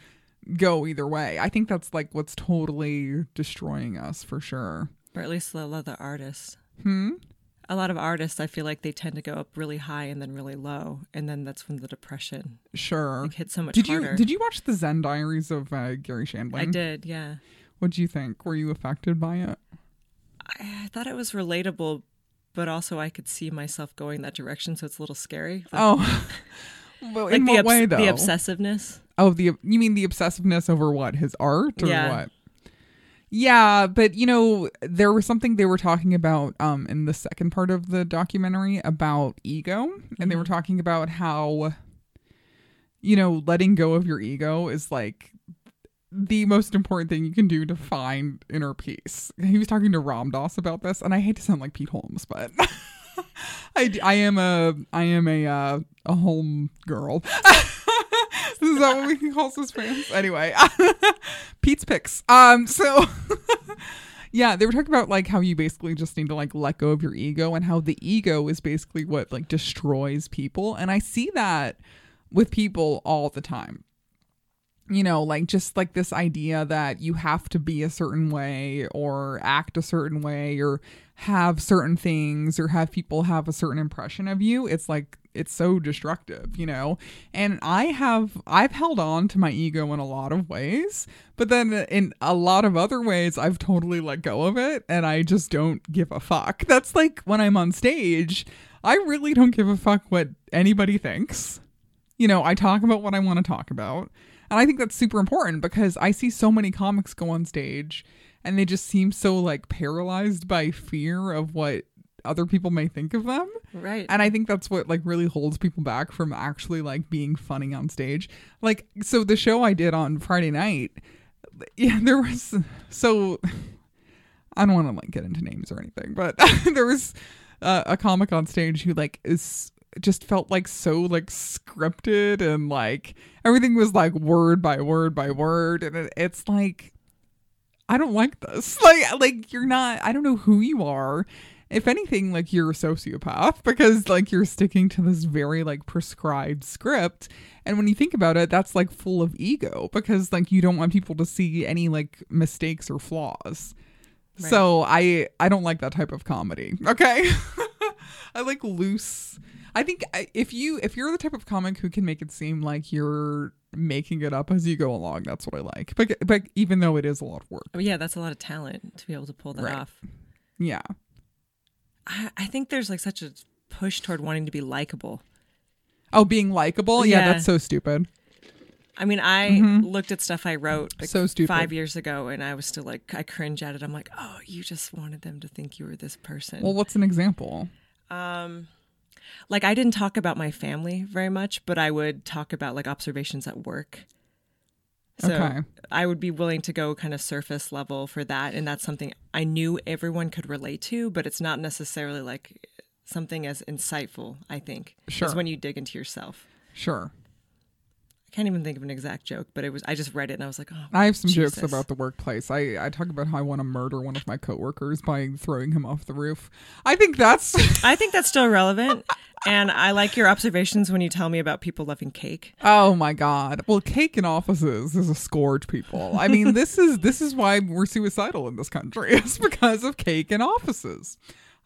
Speaker 1: go either way. I think that's like what's totally destroying us for sure.
Speaker 2: Or at least a lot of the artists. Hmm? A lot of artists, I feel like they tend to go up really high and then really low. And then that's when the depression
Speaker 1: Sure.
Speaker 2: hits so much
Speaker 1: Did
Speaker 2: harder.
Speaker 1: you did you watch the Zen Diaries of uh, Gary Shandling?
Speaker 2: I did, yeah.
Speaker 1: What do you think? Were you affected by it?
Speaker 2: I, I thought it was relatable, but also I could see myself going that direction, so it's a little scary. Like, [laughs]
Speaker 1: Oh. Well, in
Speaker 2: the
Speaker 1: what
Speaker 2: obs-
Speaker 1: way though?
Speaker 2: The obsessiveness.
Speaker 1: Oh, the you mean the obsessiveness over what his art or
Speaker 2: Yeah.
Speaker 1: what? Yeah, but you know there was something they were talking about um in the second part of the documentary about ego, and they were talking about how you know letting go of your ego is like the most important thing you can do to find inner peace. He was talking to Ram Dass about this, and I hate to sound like Pete Holmes, but. [laughs] I, d- I am a I am a uh, a home girl. [laughs] Is that what we call his fans? Anyway, [laughs] Pete's picks. Um, so [laughs] yeah, they were talking about like how you basically just need to like let go of your ego and how the ego is basically what like destroys people, and I see that with people all the time. You know, like just like this idea that you have to be a certain way or act a certain way or have certain things or have people have a certain impression of you. It's like it's so destructive, you know? And I have I've held on to my ego in a lot of ways, but then in a lot of other ways I've totally let go of it and I just don't give a fuck. That's like when I'm on stage, I really don't give a fuck what anybody thinks. You know, I talk about what I want to talk about. And I think that's super important because I see so many comics go on stage and they just seem so like paralyzed by fear of what other people may think of them.
Speaker 2: Right.
Speaker 1: And I think that's what like really holds people back from actually like being funny on stage. Like so the show I did on Friday night, [laughs] yeah, there was so I don't want to like get into names or anything, but [laughs] there was uh, a comic on stage who like is just felt like so like scripted and like everything was like word by word by word and it, it's like I don't like this. [laughs] Like like you're not I don't know who you are. If anything, like you're a sociopath because like you're sticking to this very like prescribed script. And when you think about it, that's like full of ego because like you don't want people to see any like mistakes or flaws.
Speaker 2: Right.
Speaker 1: So I I don't like that type of comedy. Okay. [laughs] I like loose. I think I- if you if you're the type of comic who can make it seem like you're making it up as you go along, that's what I like. But but even though it is a lot of work,
Speaker 2: Oh, yeah, that's a lot of talent to be able to pull that
Speaker 1: Right.
Speaker 2: off.
Speaker 1: yeah.
Speaker 2: I, I think there's like such a push toward wanting to be likable.
Speaker 1: Oh, being likable, yeah,
Speaker 2: Yeah.
Speaker 1: that's so stupid.
Speaker 2: I mean, I looked at stuff I wrote like
Speaker 1: Mm-hmm. So stupid.
Speaker 2: five years ago, and I was still like, I cringe at it. I'm like, oh, you just wanted them to think you were this person.
Speaker 1: Well, what's an example?
Speaker 2: Um, like, I didn't talk about my family very much, but I would talk about like observations at work. So
Speaker 1: Okay.
Speaker 2: I would be willing to go kind of surface level for that, and that's something I knew everyone could relate to, but it's not necessarily like something as insightful. I think
Speaker 1: Sure.
Speaker 2: is when you dig into yourself.
Speaker 1: Sure,
Speaker 2: I can't even think of an exact joke, but it was I just read it and I was like, oh,
Speaker 1: I have some jokes
Speaker 2: Jesus.
Speaker 1: about the workplace. I I talk about how I want to murder one of my coworkers by throwing him off the roof. I think that's
Speaker 2: I think that's still relevant. And I like your observations when you tell me about people loving cake.
Speaker 1: Oh my god. Well, cake in offices is a scourge, people. I mean, this is this is why we're suicidal in this country. [laughs] It's because of cake in offices.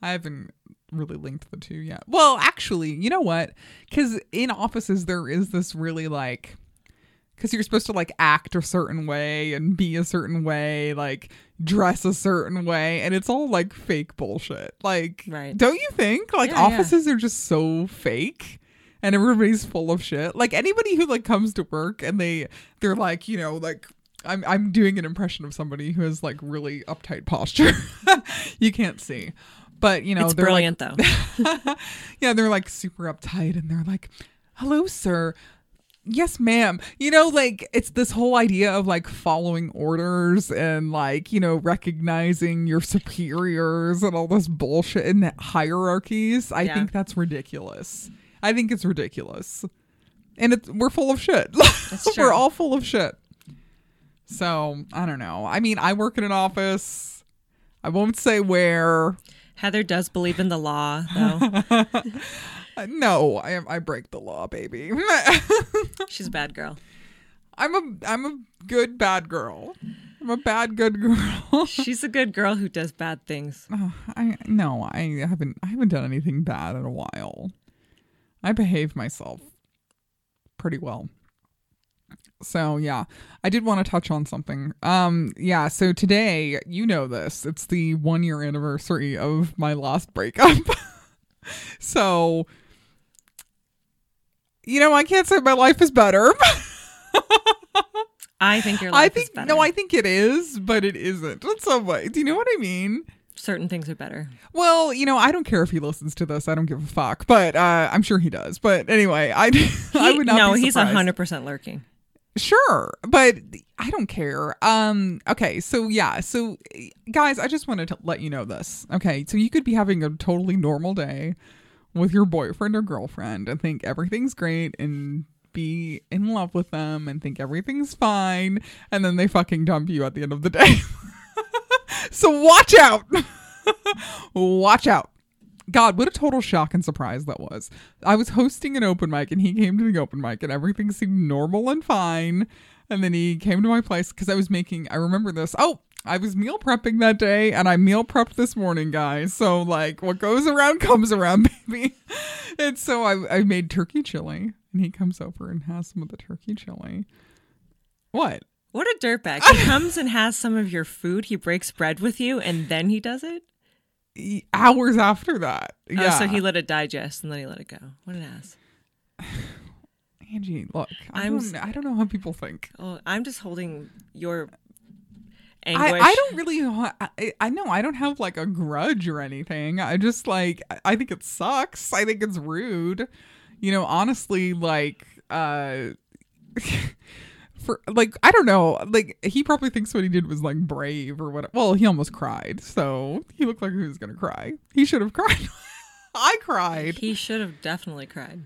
Speaker 1: I haven't really linked the two yet. Well, actually, you know what? Cuz in offices there is this really like because you're supposed to like act a certain way and be a certain way, like dress a certain way, and it's all like fake bullshit. Like,
Speaker 2: Right.
Speaker 1: don't you think? Like,
Speaker 2: Yeah, yeah.
Speaker 1: offices are just so fake. And everybody's full of shit. Like anybody who like comes to work and they they're like, you know, like I'm I'm doing an impression of somebody who has like really uptight posture. [laughs] you can't see. But you know,
Speaker 2: It's
Speaker 1: they're like [laughs]
Speaker 2: brilliant though.
Speaker 1: yeah, they're like super uptight and they're like, hello, sir. Yes, ma'am. You know, like it's this whole idea of like following orders and like, you know, recognizing your superiors and all this bullshit and hierarchies. I
Speaker 2: Yeah.
Speaker 1: think that's ridiculous. I think it's ridiculous. And it's, we're full of shit.
Speaker 2: true.
Speaker 1: [laughs] we're all full of shit. So I don't know. I mean, I work in an office. I won't say where.
Speaker 2: Heather does believe in the law though.
Speaker 1: Uh, No, I I break the law, baby. [laughs]
Speaker 2: She's a bad girl.
Speaker 1: I'm a I'm a good bad girl. I'm a bad good [laughs] girl.
Speaker 2: She's a good girl who does bad things.
Speaker 1: Ugh, I no, I haven't I haven't done anything bad in a while. I behave myself pretty well. So yeah, I did want to touch on something. Um, yeah. So today, you know this. It's the one year anniversary of my last breakup. [laughs] so, you know, I can't say my life is better.
Speaker 2: I think your life
Speaker 1: I
Speaker 2: is
Speaker 1: think
Speaker 2: better.
Speaker 1: no, I think it is, but it isn't in some way. Do you know what I mean?
Speaker 2: Certain things are better.
Speaker 1: Well, you know, I don't care if he listens to this. I don't give a fuck. But uh, I'm sure he does. But anyway, I [laughs] I
Speaker 2: He-
Speaker 1: would not.
Speaker 2: no,
Speaker 1: be
Speaker 2: he's
Speaker 1: surprised.
Speaker 2: hundred percent lurking.
Speaker 1: Sure, but I don't care. Um okay, so yeah, so guys, I just wanted to let you know this. Okay, so you could be having a totally normal day with your boyfriend or girlfriend and think everything's great and be in love with them and think everything's fine and then they fucking dump you at the end of the day. [laughs] so watch out. [laughs] watch out. God, what a total shock and surprise that was. I was hosting an open mic and he came to the open mic and everything seemed normal and fine. And then he came to my place because I was making, I remember this. Oh, I was meal prepping that day and I meal prepped this morning, guys. So, like, what goes around comes around, [laughs] baby. And so I, I made turkey chili and he comes over and has some of the turkey chili. What?
Speaker 2: What a
Speaker 1: [laughs]
Speaker 2: dirtbag! He comes and has some of your food. He breaks bread with you, and then he does it.
Speaker 1: E- Hours after that.
Speaker 2: Oh,
Speaker 1: Yeah.
Speaker 2: so he let it digest and then he let it go. What an ass!
Speaker 1: Angie, look, I,
Speaker 2: I'm
Speaker 1: don't,
Speaker 2: s-
Speaker 1: I don't know how people think.
Speaker 2: Oh, I'm just holding your
Speaker 1: I,
Speaker 2: anguish.
Speaker 1: I don't really ha- I, I know I don't have like a grudge or anything. I just like I- I think it sucks. I think it's rude. You know, honestly, like uh [laughs] for like I don't know, like he probably thinks what he did was like brave or what well, he almost cried. So, he looked like he was going to cry. He should have [laughs] cried. I cried.
Speaker 2: He should have definitely cried.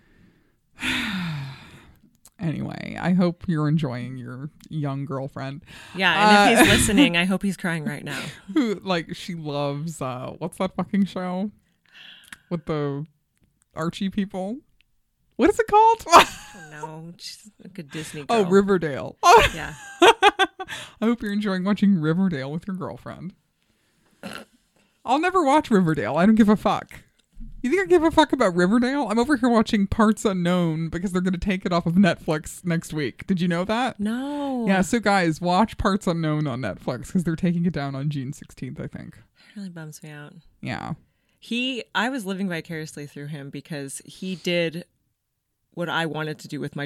Speaker 1: Anyway, I hope you're enjoying your young girlfriend.
Speaker 2: Yeah, and
Speaker 1: Uh,
Speaker 2: if he's
Speaker 1: [laughs]
Speaker 2: listening, I hope he's crying right now.
Speaker 1: who [laughs] like she loves uh what's that fucking show with the Archie people? What is it called? [laughs]
Speaker 2: Oh, No, she's like a Disney girl.
Speaker 1: oh, Riverdale. [laughs] I
Speaker 2: yeah.
Speaker 1: hope you're enjoying watching Riverdale with your [laughs] girlfriend. I'll never watch Riverdale. I don't give a fuck. You think I give a fuck about Riverdale? I'm over here watching Parts Unknown because they're going to take it off of Netflix next week. Did you know that?
Speaker 2: No.
Speaker 1: Yeah, so guys, watch Parts Unknown on Netflix because they're taking it down on June 16th, I think.
Speaker 2: It really bums me out.
Speaker 1: Yeah.
Speaker 2: He, I was living vicariously through him because he did what I wanted to do with my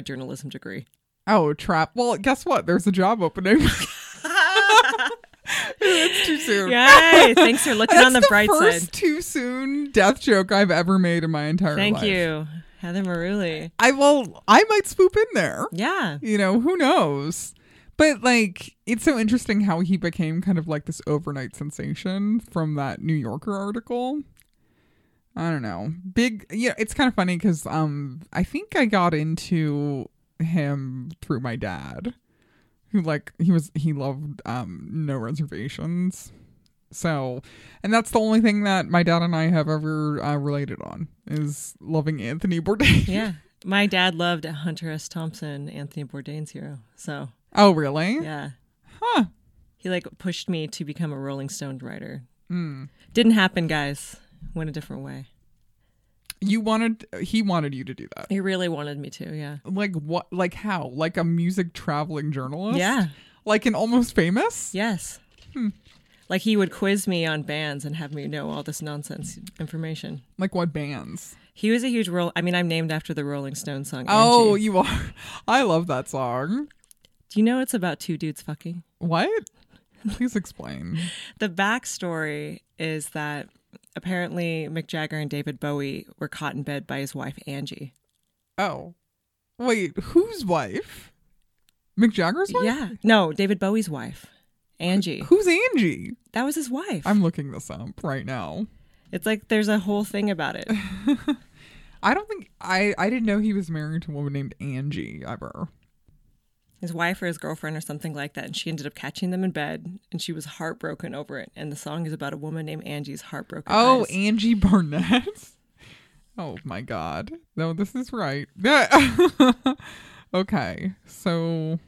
Speaker 1: [laughs]
Speaker 2: journalism degree.
Speaker 1: Oh, trap. Well, guess what? There's a job opening. [laughs] it's too soon.
Speaker 2: Yay! Thanks for looking
Speaker 1: That's
Speaker 2: on the, bright
Speaker 1: first
Speaker 2: side.
Speaker 1: too soon death joke I've ever made in my entire
Speaker 2: Thank
Speaker 1: life.
Speaker 2: you, Heather Maruli.
Speaker 1: I will. I might swoop in there.
Speaker 2: Yeah.
Speaker 1: You know, who knows? But like, it's so interesting how he became kind of like this overnight sensation from that New Yorker article. I don't know. Big. Yeah, it's kind of funny because um, I think I got into him through my dad, who like he was he loved um No Reservations. So, and that's the only thing that my dad and I have ever uh, related on is loving Anthony Bourdain.
Speaker 2: Yeah. My dad loved Hunter S. Thompson, Anthony Bourdain's hero. So,
Speaker 1: [laughs] Oh, really?
Speaker 2: yeah.
Speaker 1: Huh.
Speaker 2: He like pushed me to become a Rolling Stone writer.
Speaker 1: Hmm.
Speaker 2: Didn't happen, guys. Went a different way.
Speaker 1: You wanted he wanted you to do that.
Speaker 2: He really wanted me to, yeah.
Speaker 1: Like what like how? Like a music traveling journalist?
Speaker 2: Yeah.
Speaker 1: Like an almost famous?
Speaker 2: Yes. Hmm. Like he would quiz me on bands and have me know all this nonsense information.
Speaker 1: Like what bands?
Speaker 2: He was a huge role. I mean, I'm named after the Rolling Stone song.
Speaker 1: Oh,
Speaker 2: Angie.
Speaker 1: you are. [laughs] I love that song.
Speaker 2: do you know it's about two dudes fucking?
Speaker 1: What? Please explain.
Speaker 2: The backstory is that apparently Mick Jagger and David Bowie were caught in bed by his wife Angie.
Speaker 1: Oh. Wait, whose wife? Mick Jagger's wife?
Speaker 2: Yeah. No, David Bowie's wife, Angie.
Speaker 1: Who's Angie?
Speaker 2: That was his wife.
Speaker 1: I'm looking this up right now.
Speaker 2: It's like there's a whole thing about it.
Speaker 1: I don't think I I didn't know he was married to a woman named Angie ever.
Speaker 2: His wife or his girlfriend or something like that. And she ended up catching them in bed and she was heartbroken over it. And the song is about a woman named Angie's heartbroken.
Speaker 1: Oh,
Speaker 2: eyes.
Speaker 1: Angie Barnett. [laughs] Oh my God. No, this is right. [laughs] okay, so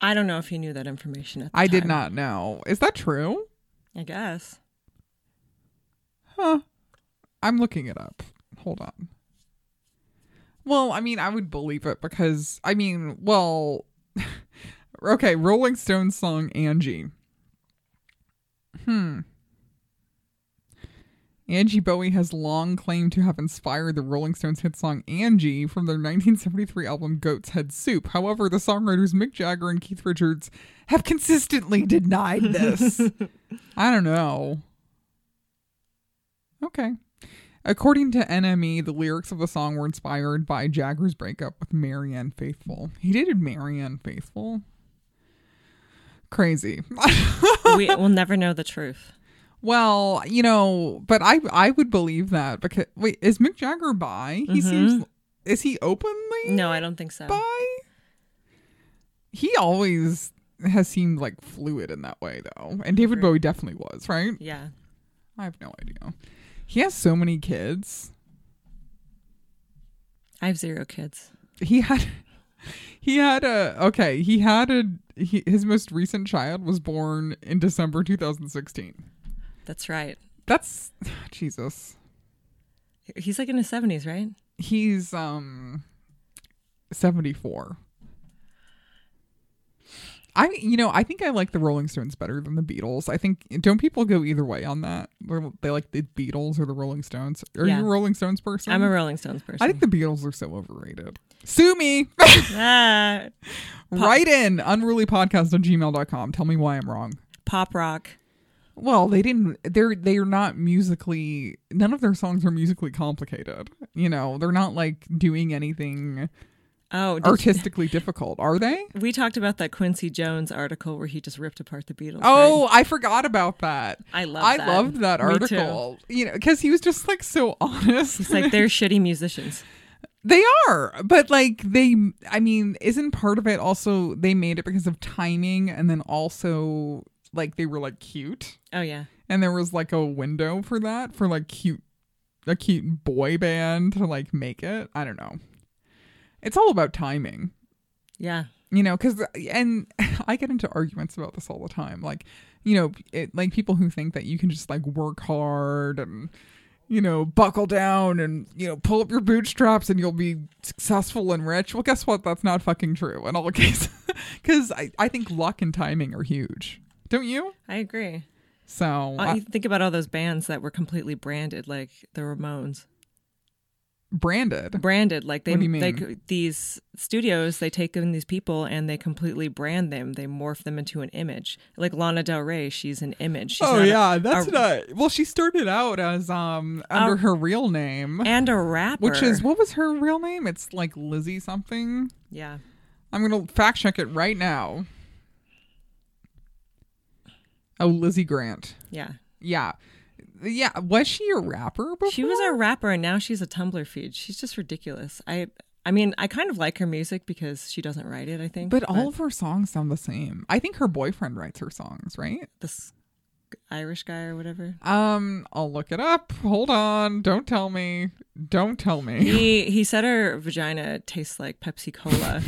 Speaker 2: I don't know if he knew that information at the
Speaker 1: I did
Speaker 2: time.
Speaker 1: not know. Is that true?
Speaker 2: I guess. [laughs]
Speaker 1: I'm looking it up. Hold on. Well, I mean, I would believe it because I mean, well, [laughs] okay, Rolling Stones song Angie. Hmm. Angie Bowie has long claimed to have inspired the Rolling Stones hit song Angie from their 1973 album Goat's Head Soup. However, the songwriters Mick Jagger and Keith Richards have consistently denied this. I don't know. Okay. According to NME, the lyrics of the song were inspired by Jagger's breakup with Marianne Faithful. He dated Marianne Faithful. Crazy. [laughs]
Speaker 2: we will never know the truth.
Speaker 1: Well, you know, but I I would believe that because wait, is Mick Jagger bi? He seems is he openly
Speaker 2: No, I don't think so.
Speaker 1: bi? He always has seemed like fluid in that way though. And David Bowie definitely was, right?
Speaker 2: Yeah.
Speaker 1: I have no idea. He has so many kids.
Speaker 2: I have zero kids.
Speaker 1: He had [laughs] he had a okay, he had a he, his most recent child was born in December 2016.
Speaker 2: That's right.
Speaker 1: That's [sighs] Jesus.
Speaker 2: He's like in his 70s, right?
Speaker 1: he's um 74 i you know i think i like the rolling stones better than the beatles i think don't people go either way on that Where they like the beatles or the rolling stones are
Speaker 2: Yeah.
Speaker 1: you a rolling stones person
Speaker 2: I'm a Rolling Stones person.
Speaker 1: i think the beatles are so overrated sue me [laughs]
Speaker 2: ah,
Speaker 1: write in unrulypodcast on gmail.com tell me why i'm wrong
Speaker 2: pop rock.
Speaker 1: Well, they didn't. They're they're not musically. None of their songs are musically complicated. You know, they're not like doing anything
Speaker 2: Oh, did-
Speaker 1: artistically difficult, are they?
Speaker 2: we talked about that Quincy Jones article where he just ripped apart the Beatles.
Speaker 1: Oh, I forgot about that.
Speaker 2: I love
Speaker 1: I
Speaker 2: that.
Speaker 1: loved that
Speaker 2: Me too.
Speaker 1: article. You know, because he was just like so [laughs] honest.
Speaker 2: It's like they're shitty musicians.
Speaker 1: They are, but like they, I mean, isn't part of it also they made it because of timing and then also like they were like cute
Speaker 2: Oh yeah.
Speaker 1: and there was like a window for that for like cute, a cute boy band to like make it. I don't know. It's all about timing.
Speaker 2: Yeah.
Speaker 1: you know because and [laughs] i get into arguments about this all the time like you know it, like people who think that you can just like work hard and you know buckle down and you know pull up your bootstraps and you'll be successful and rich well guess what that's not fucking true in all [laughs] cases because I, I think luck and timing are huge don't you
Speaker 2: I agree.
Speaker 1: so
Speaker 2: Uh,
Speaker 1: uh,
Speaker 2: you think about all those bands that were completely branded, like the Ramones.
Speaker 1: branded
Speaker 2: Branded, like they,
Speaker 1: What do you
Speaker 2: they
Speaker 1: mean?
Speaker 2: c- these studios, they take in these people and they completely brand them. They morph them into an image. Like Lana Del Rey, she's an image. She's
Speaker 1: oh
Speaker 2: not a-
Speaker 1: yeah that's
Speaker 2: a-
Speaker 1: not well she started out as um under her real name
Speaker 2: and a rapper,
Speaker 1: which is what was her real name it's like lizzie something
Speaker 2: yeah.
Speaker 1: I'm gonna fact check it right now. Oh, Lizzie Grant.
Speaker 2: Yeah.
Speaker 1: Yeah. Yeah. Was she a rapper before?
Speaker 2: She was a rapper and now she's a Tumblr feed. She's just ridiculous. I I mean, I kind of like her music because she doesn't write it, I think.
Speaker 1: but all of her songs sound the same. I think her boyfriend writes her songs, right?
Speaker 2: this Irish guy or whatever.
Speaker 1: Um, I'll look it up. Hold on. Don't tell me. Don't tell me.
Speaker 2: He he said her vagina tastes like Pepsi Cola.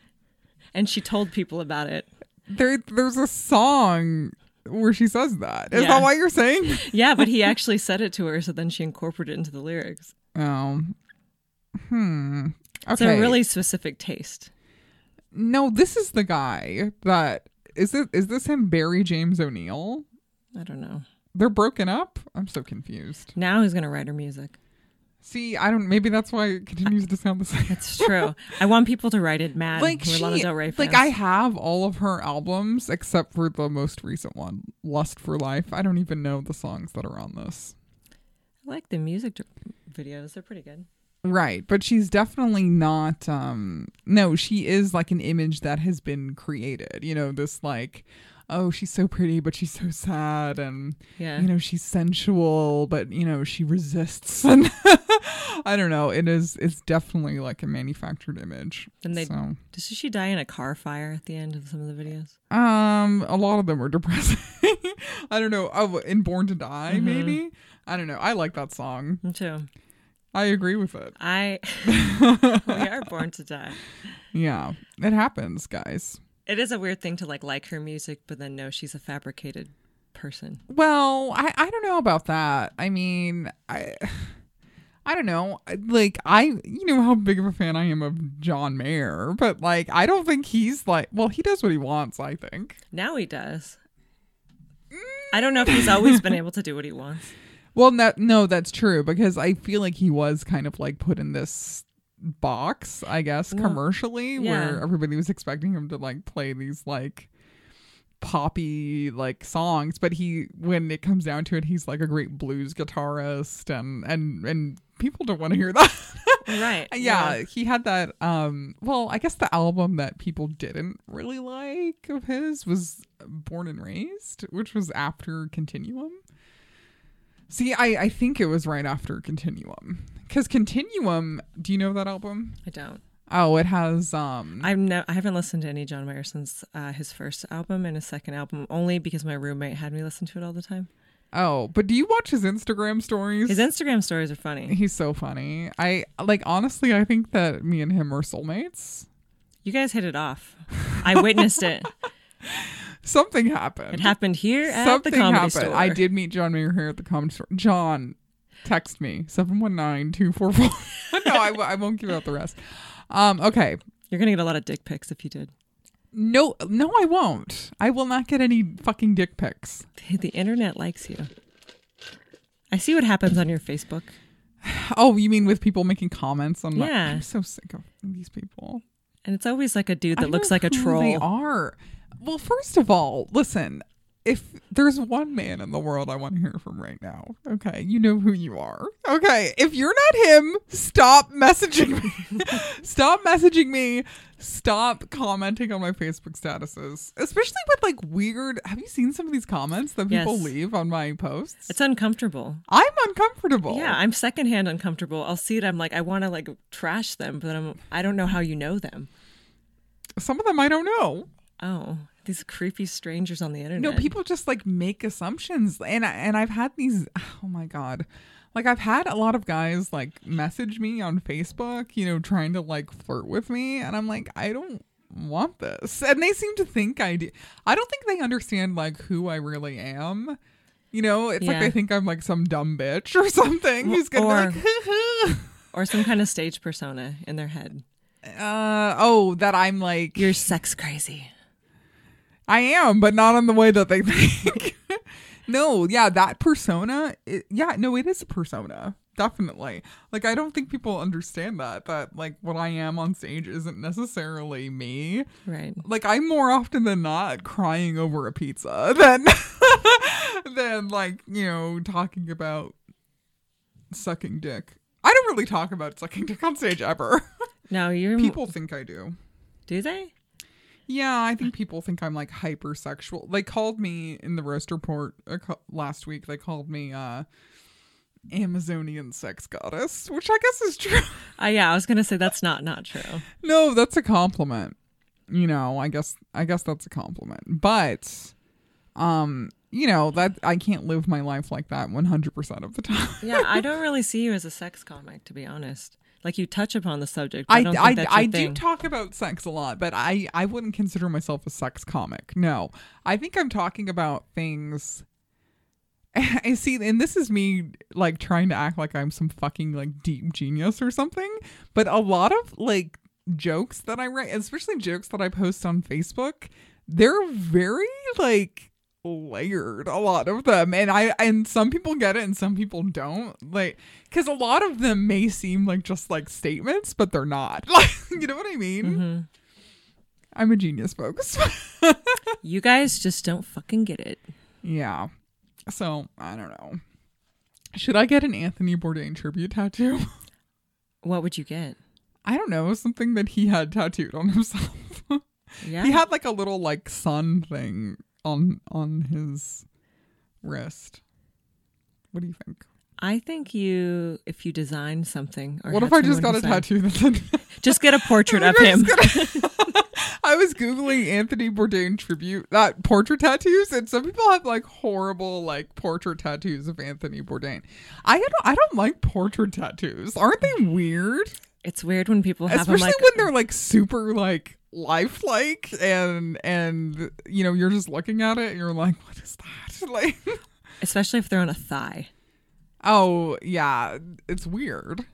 Speaker 2: [laughs] and she told people about it.
Speaker 1: There there's a song where she says that. Is
Speaker 2: Yeah.
Speaker 1: that what you're saying?
Speaker 2: Yeah, but he actually said it to her, so then she incorporated it into the lyrics.
Speaker 1: Oh. Hmm. Okay.
Speaker 2: It's a really specific taste.
Speaker 1: No, this is the guy that is it is this him Barry James O'Neill?
Speaker 2: I don't know.
Speaker 1: They're broken up? I'm so confused.
Speaker 2: Now who's gonna write her music?
Speaker 1: See, I don't maybe that's why it continues to sound the
Speaker 2: [laughs]
Speaker 1: same. [laughs]
Speaker 2: It's true. I want people to write it mad.
Speaker 1: Like
Speaker 2: we're
Speaker 1: she,
Speaker 2: Lana Del Rey
Speaker 1: like
Speaker 2: fans.
Speaker 1: I have all of her albums except for the most recent one, Lust for Life. I don't even know the songs that are on this.
Speaker 2: I like the music d- videos. They're pretty good.
Speaker 1: Right, but she's definitely not um no, she is like an image that has been created. You know, this like oh, she's so pretty but she's so sad and
Speaker 2: Yeah.
Speaker 1: you know she's sensual but you know she resists [laughs] and i don't know it is it's definitely like a manufactured image
Speaker 2: And they-
Speaker 1: so
Speaker 2: Does she die in a car fire at the end of some of the videos?
Speaker 1: um a lot of them are [laughs] depressing i don't know oh in born to die
Speaker 2: Mm-hmm.
Speaker 1: maybe i don't know i like that song
Speaker 2: Me too.
Speaker 1: i agree with it [laughs]
Speaker 2: I [laughs] we are born to die.
Speaker 1: yeah it happens guys
Speaker 2: It is a weird thing to like like her music, but then know she's a fabricated person.
Speaker 1: well i i don't know about that i mean i I don't know. Like I, you know how big of a fan I am of John Mayer, but like I don't think he's like. Well, he does what he wants. I think.
Speaker 2: Now he does. I don't know if he's
Speaker 1: [laughs]
Speaker 2: always been able to do what he wants.
Speaker 1: Well, no, no, that's true because I feel like he was kind of like put in this box, I guess,
Speaker 2: Well,
Speaker 1: commercially, where
Speaker 2: yeah.
Speaker 1: everybody was expecting him to like play these like poppy like songs, but he, when it comes down to it, he's like a great blues guitarist, and and and people don't want to hear [laughs] that.
Speaker 2: Right.
Speaker 1: yeah, he had that. Um, well, I guess the album that people didn't really like of his was Born and Raised, which was after Continuum. See, I, I think it was right after Continuum. Because Continuum, do you know that album?
Speaker 2: I don't.
Speaker 1: Oh, it has um
Speaker 2: I've no, I haven't listened to any John Mayer since uh, his first album and his second album, only because my roommate had me listen to it all the time.
Speaker 1: oh, but do you watch his Instagram stories?
Speaker 2: His Instagram stories are funny.
Speaker 1: He's so funny. I like honestly I think that me and him are soulmates.
Speaker 2: You guys hit it off. I
Speaker 1: [laughs]
Speaker 2: witnessed it.
Speaker 1: Something happened.
Speaker 2: It happened here at the comedy store.
Speaker 1: I did meet John Mayer here at the comedy store. John, text me 719 244. [laughs] No, I, w- I won't give out the rest. Um, okay.
Speaker 2: You're gonna get a lot of dick pics if you did.
Speaker 1: No, no, I won't. I will not get any fucking dick pics.
Speaker 2: The internet likes you. I see what happens on your Facebook.
Speaker 1: Oh, you mean with people making comments on my-
Speaker 2: Yeah.
Speaker 1: I'm so sick of these people.
Speaker 2: And it's always like a dude
Speaker 1: I
Speaker 2: that looks
Speaker 1: know
Speaker 2: like a
Speaker 1: who They
Speaker 2: troll.
Speaker 1: are. Well, first of all, listen. If there's one man in the world I want to hear from right now, okay, you know who you are. Okay, if you're not him, stop messaging me. [laughs] stop messaging me. Stop commenting on my Facebook statuses, especially with like weird. Have you seen some of these comments that people
Speaker 2: Yes.
Speaker 1: leave on my posts?
Speaker 2: It's uncomfortable.
Speaker 1: I'm uncomfortable.
Speaker 2: Yeah, I'm secondhand uncomfortable. I'll see it. I'm like, I want to like trash them, but I'm I don't know how you know them.
Speaker 1: some of them I don't know.
Speaker 2: Oh, these creepy strangers on the internet.
Speaker 1: No, people just like make assumptions, and I- and I've had these. [sighs] Oh my god, like I've had a lot of guys like message me on Facebook, you know, trying to like flirt with me, and I'm like, I don't want this, and they seem to think I do. I don't think they understand like who I really am. You know, it's like
Speaker 2: Yeah.
Speaker 1: they think I'm like some dumb bitch or [laughs] something who's gonna
Speaker 2: or-
Speaker 1: be like, "Hoo-hoo."
Speaker 2: or some kind of stage persona in their head.
Speaker 1: [laughs] uh, oh, that I'm like
Speaker 2: You're sex crazy.
Speaker 1: I am, but not in the way that they [laughs] think. no, yeah, that persona. It, yeah, no, it is a persona. Definitely. Like, I don't think people understand that, that, like, what I am on stage isn't necessarily me.
Speaker 2: Right.
Speaker 1: Like, I'm more often than not crying over a pizza [laughs] than, than, like, you know, talking about sucking dick. I don't really talk about sucking dick on stage ever.
Speaker 2: No, you're
Speaker 1: people think I do.
Speaker 2: Do they?
Speaker 1: Yeah, I think people think I'm like hypersexual. They called me in the roast report a cou- last week. They called me uh Amazonian sex goddess, which I guess is true. [laughs]
Speaker 2: Uh, yeah, I was gonna say that's not not true.
Speaker 1: no, that's a compliment. You know, I guess I guess that's a compliment. But um, you know, that I can't live my life like that 100% of the time.
Speaker 2: Yeah, I don't really see you as a sex comic, to be honest. Like you touch upon the subject. But
Speaker 1: [laughs]
Speaker 2: I,
Speaker 1: I
Speaker 2: don't think
Speaker 1: I,
Speaker 2: that's your
Speaker 1: I do
Speaker 2: thing.
Speaker 1: talk about sex a lot, but I I wouldn't consider myself a sex comic. No, I think I'm talking about things. I see, [laughs] and this is me like trying to act like I'm some fucking like deep genius or something. But a lot of like jokes that I write, especially jokes that I post on Facebook, they're very like layered a lot of them and i and some people get it and some people don't like because a lot of them may seem like just like statements but they're not [laughs] like you know what i mean
Speaker 2: Mm-hmm.
Speaker 1: i'm a genius folks [laughs]
Speaker 2: you guys just don't fucking get it.
Speaker 1: yeah so i don't know should i get an anthony bourdain tribute tattoo [laughs]
Speaker 2: What would you get?
Speaker 1: i don't know something that he had tattooed on himself [laughs]
Speaker 2: Yeah.
Speaker 1: he had like a little like sun thing on on his wrist what do you think
Speaker 2: I think you, if you design something, or
Speaker 1: what if
Speaker 2: have
Speaker 1: i just got
Speaker 2: someone
Speaker 1: a
Speaker 2: design-
Speaker 1: tattoo that said
Speaker 2: Just get a portrait of
Speaker 1: I'm
Speaker 2: him.
Speaker 1: just
Speaker 2: [laughs]
Speaker 1: gonna- [laughs] I was googling Anthony Bourdain tribute not portrait tattoos, and some people have like horrible like portrait tattoos of Anthony Bourdain. I don't I don't like portrait tattoos. Aren't they weird?
Speaker 2: It's weird when people have
Speaker 1: Especially
Speaker 2: him like.
Speaker 1: when they're like super like lifelike and and you know you're just looking at it and you're [laughs] like what is that like
Speaker 2: especially if they're on a thigh.
Speaker 1: Oh, yeah. It's weird.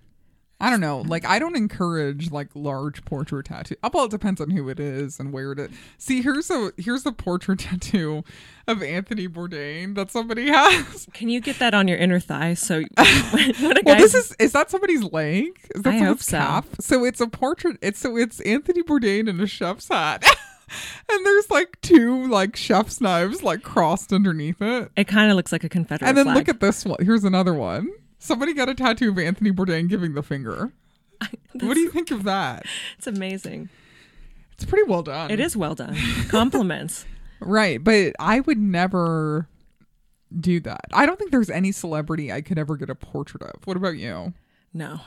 Speaker 1: I don't know. Like, I don't encourage like large portrait tattoo. uh, Well, it depends on who it is and where it is. See, here's a here's a portrait [laughs] tattoo of Anthony Bourdain that somebody has.
Speaker 2: Can you get that on your inner thigh?
Speaker 1: [laughs]
Speaker 2: So when, when a
Speaker 1: Well,
Speaker 2: guy-
Speaker 1: this is is that somebody's leg? Is that
Speaker 2: I hope
Speaker 1: someone's
Speaker 2: so.
Speaker 1: calf? So it's a portrait. It's so it's Anthony Bourdain in a chef's hat, [laughs] and there's like two like chef's knives like crossed underneath it.
Speaker 2: it kind of looks like a Confederate
Speaker 1: And then
Speaker 2: flag.
Speaker 1: look at this one. Here's another one. Somebody got a tattoo of Anthony Bourdain giving the
Speaker 2: [laughs]
Speaker 1: finger. What do you think of that?
Speaker 2: it's amazing.
Speaker 1: It's pretty well done.
Speaker 2: It is
Speaker 1: [laughs]
Speaker 2: well done. Compliments.
Speaker 1: Right, but I would never do that. I don't think there's any celebrity I could ever get a portrait of. What about you?
Speaker 2: No,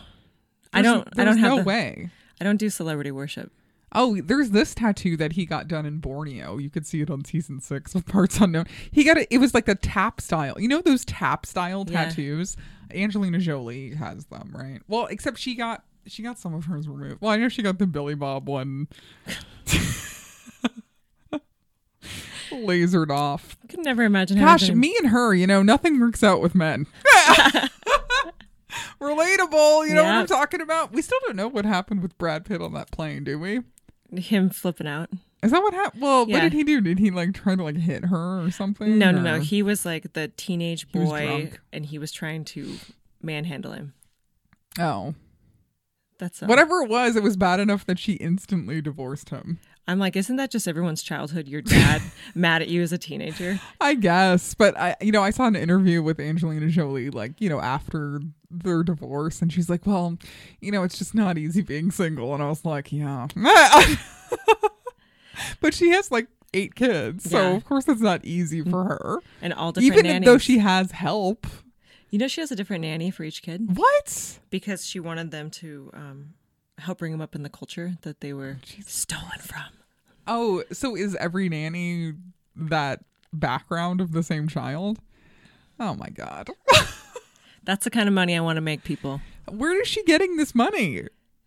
Speaker 2: I
Speaker 1: There's-
Speaker 2: don't. I
Speaker 1: there's
Speaker 2: don't have.
Speaker 1: no
Speaker 2: the-
Speaker 1: way.
Speaker 2: I don't do celebrity worship.
Speaker 1: Oh, there's this tattoo that he got done in Borneo. You could see it on season six with parts unknown. He got it. It was like a tap style. You know those tap style
Speaker 2: Yeah.
Speaker 1: tattoos. Angelina Jolie has them, right? Well, except she got she got some of hers removed. Well, I know she got the Billy Bob one [laughs] lasered off.
Speaker 2: I could never imagine. having
Speaker 1: Gosh,
Speaker 2: that-
Speaker 1: me and her, you know, nothing works out with
Speaker 2: [laughs]
Speaker 1: men. Relatable, you know what I'm
Speaker 2: Yep.
Speaker 1: talking about? We still don't know what happened with Brad Pitt on that plane, do we?
Speaker 2: him flipping out.
Speaker 1: Is that what happened? Well, what
Speaker 2: Yeah.
Speaker 1: did he do? Did he like try to like hit her or something?
Speaker 2: No, no, no.
Speaker 1: or-
Speaker 2: He was like the teenage
Speaker 1: He was
Speaker 2: boy,
Speaker 1: drunk.
Speaker 2: and he was trying to manhandle him.
Speaker 1: oh,
Speaker 2: That's uh,
Speaker 1: whatever it was, it was bad enough that she instantly divorced him.
Speaker 2: I'm like, isn't that just everyone's childhood? Your
Speaker 1: [laughs]
Speaker 2: dad mad at you as a teenager?
Speaker 1: I guess, but I, you know, I saw an interview with Angelina Jolie, like you know, after their divorce, and she's like, "Well, you know, it's just not easy being single," and I was like, "Yeah," [laughs] but she has like eight kids, so
Speaker 2: Yeah.
Speaker 1: of course it's not easy for her,
Speaker 2: And all different
Speaker 1: even
Speaker 2: nannies.
Speaker 1: though she has help.
Speaker 2: you know, she has a different nanny for each kid
Speaker 1: What?
Speaker 2: because she wanted them to um, help bring them up in the culture that they were stolen from.
Speaker 1: Oh, so is every nanny that background of the same child? Oh my god,
Speaker 2: That's the kind of money I want to make people.
Speaker 1: where is she getting this money?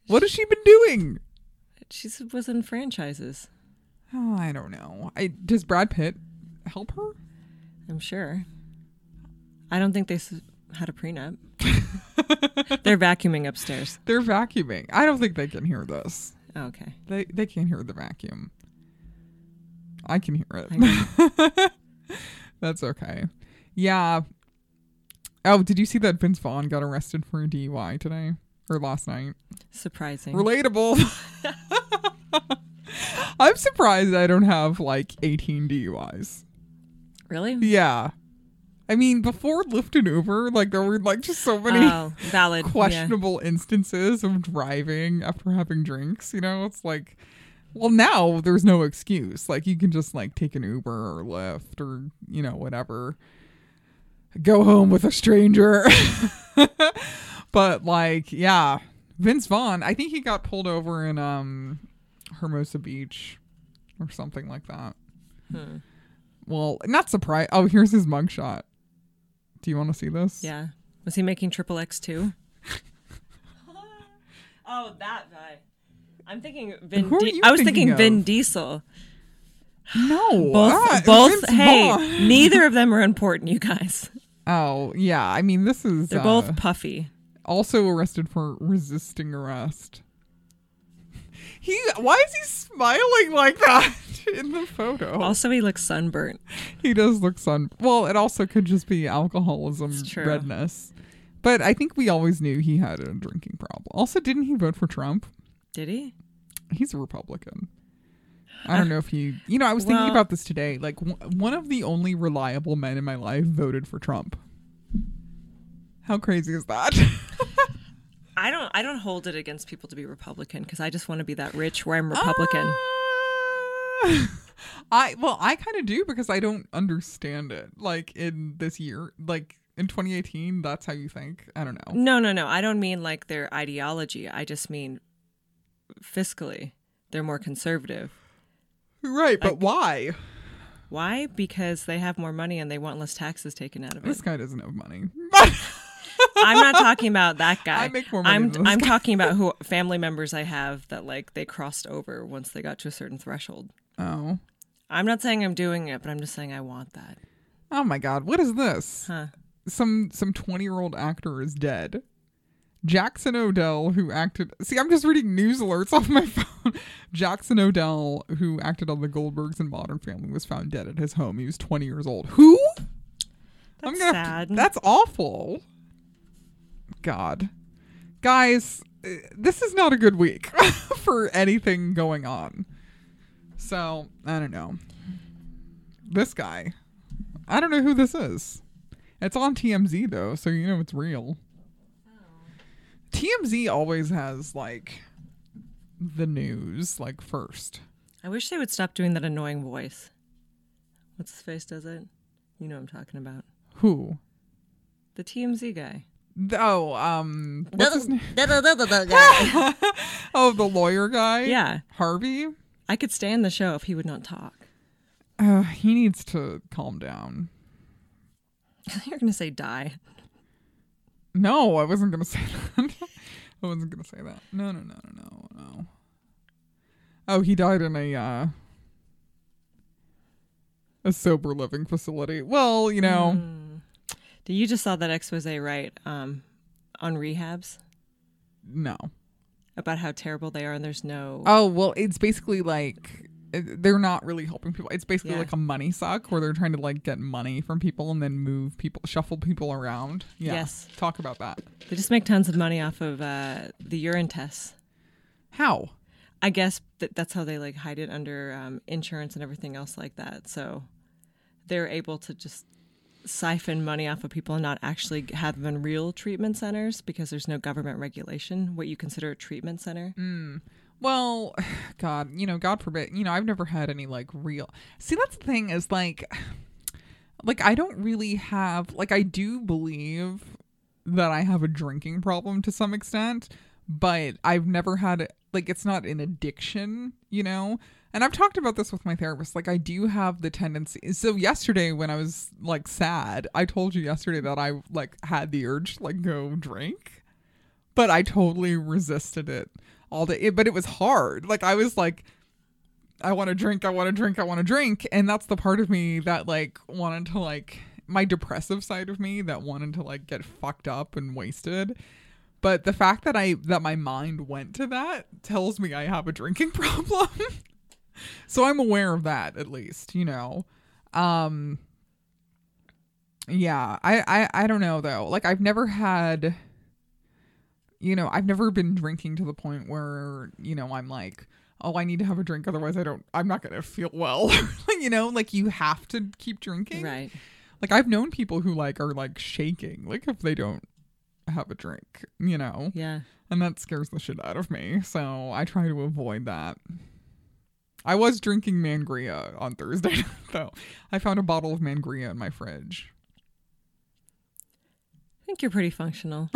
Speaker 1: What has she been doing?
Speaker 2: She s- was in franchises,
Speaker 1: Oh, I don't know. I, does Brad Pitt help her?
Speaker 2: I'm sure. I don't think they s- had
Speaker 1: [laughs]
Speaker 2: a prenup. They're vacuuming upstairs.
Speaker 1: They're vacuuming. I don't think they can hear this.
Speaker 2: Oh, okay.
Speaker 1: They they can't hear the vacuum. I can hear it. [laughs] That's okay. Yeah. Oh, did you see that Vince Vaughn got arrested for a DUI today or last night?
Speaker 2: Surprising.
Speaker 1: Relatable. [laughs] I'm surprised I don't have like 18 DUIs.
Speaker 2: really?
Speaker 1: Yeah. I mean, before Lyft and Uber, like there were like just so many
Speaker 2: Oh, valid. yeah.
Speaker 1: questionable instances of driving after having drinks. You know, it's like, well, now there's no excuse. Like, you can just like take an Uber or Lyft or, you know, whatever, go home with a stranger. [laughs] but, like, yeah, Vince Vaughn, I think he got pulled over in um Hermosa Beach or something like that.
Speaker 2: Hmm.
Speaker 1: Well, not surprised. Oh, here's his mugshot. Do you want to see this?
Speaker 2: Yeah. Was he making triple
Speaker 1: [laughs]
Speaker 2: X too? oh, that guy. I'm thinking Vin.
Speaker 1: Who are
Speaker 2: Di-
Speaker 1: you
Speaker 2: I was
Speaker 1: thinking
Speaker 2: thinking
Speaker 1: of?
Speaker 2: Vin Diesel.
Speaker 1: No.
Speaker 2: Both,
Speaker 1: ah,
Speaker 2: both.
Speaker 1: Vince [laughs]
Speaker 2: Hey,
Speaker 1: Vaughn.
Speaker 2: neither of them are important, you guys.
Speaker 1: Oh, yeah. I mean, this is
Speaker 2: They're
Speaker 1: uh,
Speaker 2: both puffy.
Speaker 1: also arrested for resisting arrest. [laughs] He why is he smiling like that [laughs] in the photo?
Speaker 2: Also, he looks sunburnt.
Speaker 1: he does look sun. Well, it also could just be alcoholism
Speaker 2: true.
Speaker 1: redness. But I think we always knew he had a drinking problem. Also, didn't he vote for Trump?
Speaker 2: Did he?
Speaker 1: He's a Republican. I don't know if he, you know, I was thinking
Speaker 2: Well-
Speaker 1: about this today. Like, w- one of the only reliable men in my life voted for Trump. How crazy is that? [laughs]
Speaker 2: I don't. I don't hold it against people to be Republican because I just want to be that rich where I'm Republican.
Speaker 1: Ah. I well, I kind of do because I don't understand it. Like in this year, like in 2018, that's how you think. I don't know.
Speaker 2: no, no, no. I don't mean like their ideology. I just mean fiscally, they're more conservative.
Speaker 1: Right, but why?
Speaker 2: Why? Because they have more money and they want less taxes taken out of
Speaker 1: [laughs]
Speaker 2: it.
Speaker 1: This guy doesn't have money.
Speaker 2: I'm not talking about that guy.
Speaker 1: I make more money
Speaker 2: am
Speaker 1: than this
Speaker 2: I'm
Speaker 1: guy.
Speaker 2: talking about who family members I have that like they crossed over once they got to a certain threshold.
Speaker 1: oh,
Speaker 2: I'm not saying I'm doing it, but I'm just saying I want that.
Speaker 1: oh my God! What is this?
Speaker 2: Huh.
Speaker 1: some some 20 year old actor is dead. Jackson Odell, who acted. See, I'm just reading news alerts [laughs] off my phone. Jackson Odell, who acted on The Goldbergs and Modern Family, was found dead at his home. He was 20 years old. Who?
Speaker 2: That's
Speaker 1: gonna have
Speaker 2: sad.
Speaker 1: to- that's awful. God, guys, eh, this is not a good week [laughs] for anything going on. So I don't know. This guy, I don't know who this is. It's on TMZ though, so you know it's real. TMZ always has like the news like first.
Speaker 2: I wish they would stop doing that annoying voice. What's his face does it? You know what I'm talking about.
Speaker 1: Who?
Speaker 2: The TMZ guy.
Speaker 1: Oh, um, what's his [laughs] name? [laughs]
Speaker 2: guy.
Speaker 1: Oh, the lawyer guy.
Speaker 2: Yeah.
Speaker 1: Harvey.
Speaker 2: I could stand the show if he would not talk. [laughs]
Speaker 1: Uh, he needs to calm down.
Speaker 2: You're going to say die.
Speaker 1: No, I wasn't gonna say [laughs] that. I wasn't gonna say that. No, no, no, no, no, no. Oh, he died in a uh, a sober living facility. Well, you know,
Speaker 2: Hmm. Do You just saw that expose, right? Um, on rehabs
Speaker 1: no.
Speaker 2: about how terrible they are and there's no.
Speaker 1: Oh well, it's basically like it- they're not really helping people. It's basically
Speaker 2: Yeah.
Speaker 1: like a money suck where they're trying to like get money from people and then move people, shuffle people around. Yeah.
Speaker 2: Yes.
Speaker 1: Talk about that.
Speaker 2: They just make tons of money off of uh, the urine tests.
Speaker 1: How?
Speaker 2: I guess that that's how they like hide it under um, insurance and everything else like that. So they're able to just siphon money off of people and not actually have them in real treatment centers because there's no government regulation what you consider a treatment center.
Speaker 1: Mm-hmm. Well, [sighs] God, you know, God forbid, you know, I've never had any like real. See, that's the thing is like, [sighs] like I don't really have like I do believe that I have a drinking problem to some extent, but I've never had like it's not an addiction, you know. And I've talked about this with my therapist. Like I do have the tendency. So yesterday when I was like sad, I told you yesterday that I like had the urge to like go drink but I totally resisted it all day. It- but it was hard. Like I was like, I want to drink, I want to drink, I want to drink, and that's the part of me that like wanted to like my depressive side of me that wanted to like get fucked up and wasted. But the fact that I that my mind went to that tells me I have a drinking [laughs] problem. so I'm aware of that at least, you know. Um yeah, I, I I don't know though. Like I've never had you know, I've never been drinking to the point where, you know, I'm like, oh, I need to have a drink. Otherwise, I don't, I'm not going to feel well. [laughs] you know, like you have to keep drinking.
Speaker 2: Right.
Speaker 1: Like I've known people who like are like shaking, like if they don't have a drink, you know,
Speaker 2: Yeah.
Speaker 1: and that scares the shit out of me. So I try to avoid that. I was drinking mangria on Thursday, [laughs] though. I found a bottle of mangria in my fridge.
Speaker 2: I think you're pretty functional.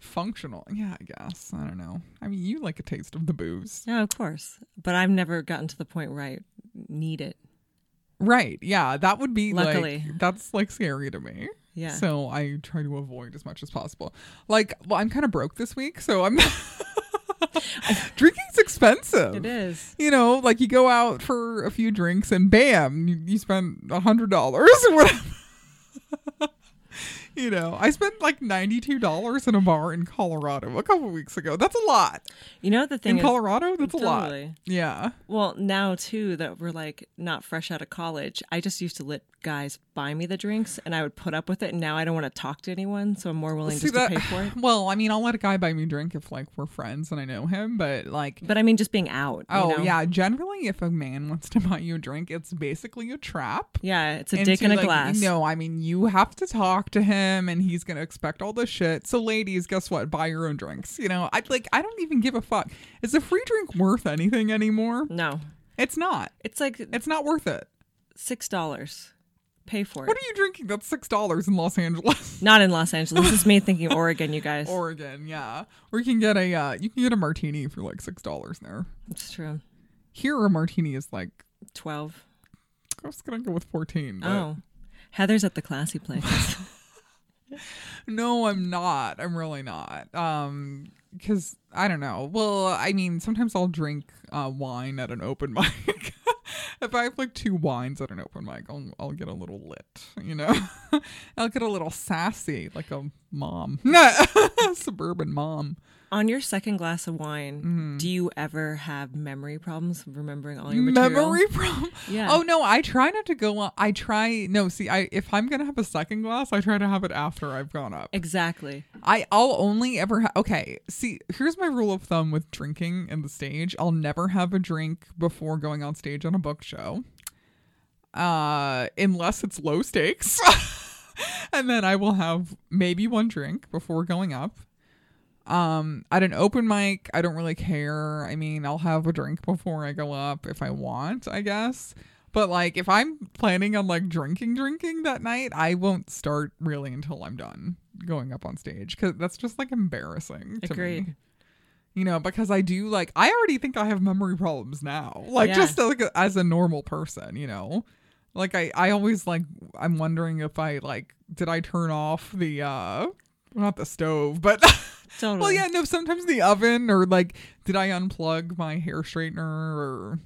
Speaker 1: Functional. Yeah, I guess. I don't know. I mean, you like a taste of the booze.
Speaker 2: no, of course. But I've never gotten to the point where I need it.
Speaker 1: Right. Yeah. That would be
Speaker 2: Luckily.
Speaker 1: like that's like scary to me.
Speaker 2: Yeah.
Speaker 1: So I try to avoid as much as possible. Like, well, I'm kind of broke this week, so I'm [laughs] drinking's expensive.
Speaker 2: It is.
Speaker 1: You know, like you go out for a few drinks and bam, you, you spend a hundred dollars or whatever. [laughs] you know, I spent like ninety two dollars in a bar in Colorado a couple weeks ago. That's a lot
Speaker 2: You know the thing
Speaker 1: in
Speaker 2: is,
Speaker 1: Colorado. That's a lot.
Speaker 2: Totally.
Speaker 1: Yeah.
Speaker 2: Well, now too that we're like not fresh out of college, I just used to let guys buy me the drinks and I would put up with it. And now I don't want to talk to anyone, so I'm more willing just to pay for it.
Speaker 1: Well, I mean, I'll let a guy buy me a drink if like we're friends and I know him, but like
Speaker 2: But I mean, just being out. you
Speaker 1: oh
Speaker 2: know?
Speaker 1: yeah, generally if a man wants to buy you a drink, it's basically a trap.
Speaker 2: yeah. It's a
Speaker 1: And
Speaker 2: dick
Speaker 1: to,
Speaker 2: in a
Speaker 1: like,
Speaker 2: glass.
Speaker 1: No, I mean you have to talk to him, and he's gonna expect all this shit. So, ladies, guess what? Buy your own drinks. You know, I like. I don't even give a fuck. Is a free drink worth anything anymore?
Speaker 2: no,
Speaker 1: It's not.
Speaker 2: it's like
Speaker 1: It's not worth it.
Speaker 2: six dollars. Pay for
Speaker 1: What
Speaker 2: it.
Speaker 1: are you drinking? That's six dollars in Los Angeles. [laughs]
Speaker 2: Not in Los Angeles. This is me thinking Oregon, you guys.
Speaker 1: Oregon, yeah. Or you can get a uh, you can get a martini for like six dollars there.
Speaker 2: it's true.
Speaker 1: here a martini is like
Speaker 2: Twelve.
Speaker 1: I was gonna go with fourteen. But
Speaker 2: Oh, Heather's at the
Speaker 1: [laughs]
Speaker 2: classy place.
Speaker 1: No, I'm not. I'm really not. Um, because I don't know. Well, I mean, sometimes I'll drink uh, wine at an open [laughs] mic. if I have like two wines at an open mic, I'll, I'll get a little lit, you know? [laughs] I'll get a little sassy like a mom, [laughs] suburban mom.
Speaker 2: On your second glass of wine,
Speaker 1: Mm-hmm.
Speaker 2: do you ever have memory problems remembering all your material?
Speaker 1: Memory problem.
Speaker 2: Yeah.
Speaker 1: Oh no, I try not to go on. I try no. See, I if I'm gonna have a second glass, I try to have it after I've gone up.
Speaker 2: Exactly.
Speaker 1: I I'll only ever ha- okay. See, here's my rule of thumb with drinking and the stage. I'll never have a drink before going on stage on a book show, uh, unless it's low stakes, [laughs] and then I will have maybe one drink before going up. Um, at an open mic, I don't really care. I mean, I'll have a drink before I go up if I want, I guess. But like, if I'm planning on like drinking, drinking that night, I won't start really until I'm done going up on stage because that's just like embarrassing. To
Speaker 2: Agreed.
Speaker 1: Me. You know, because I do like I already think I have memory problems now. Like
Speaker 2: Yeah.
Speaker 1: just like as a normal person, you know. Like I, I always like I'm wondering if I like did I turn off the uh not the stove, but [laughs]
Speaker 2: Totally.
Speaker 1: Well, yeah, no, sometimes the oven or like, did I unplug my hair straightener or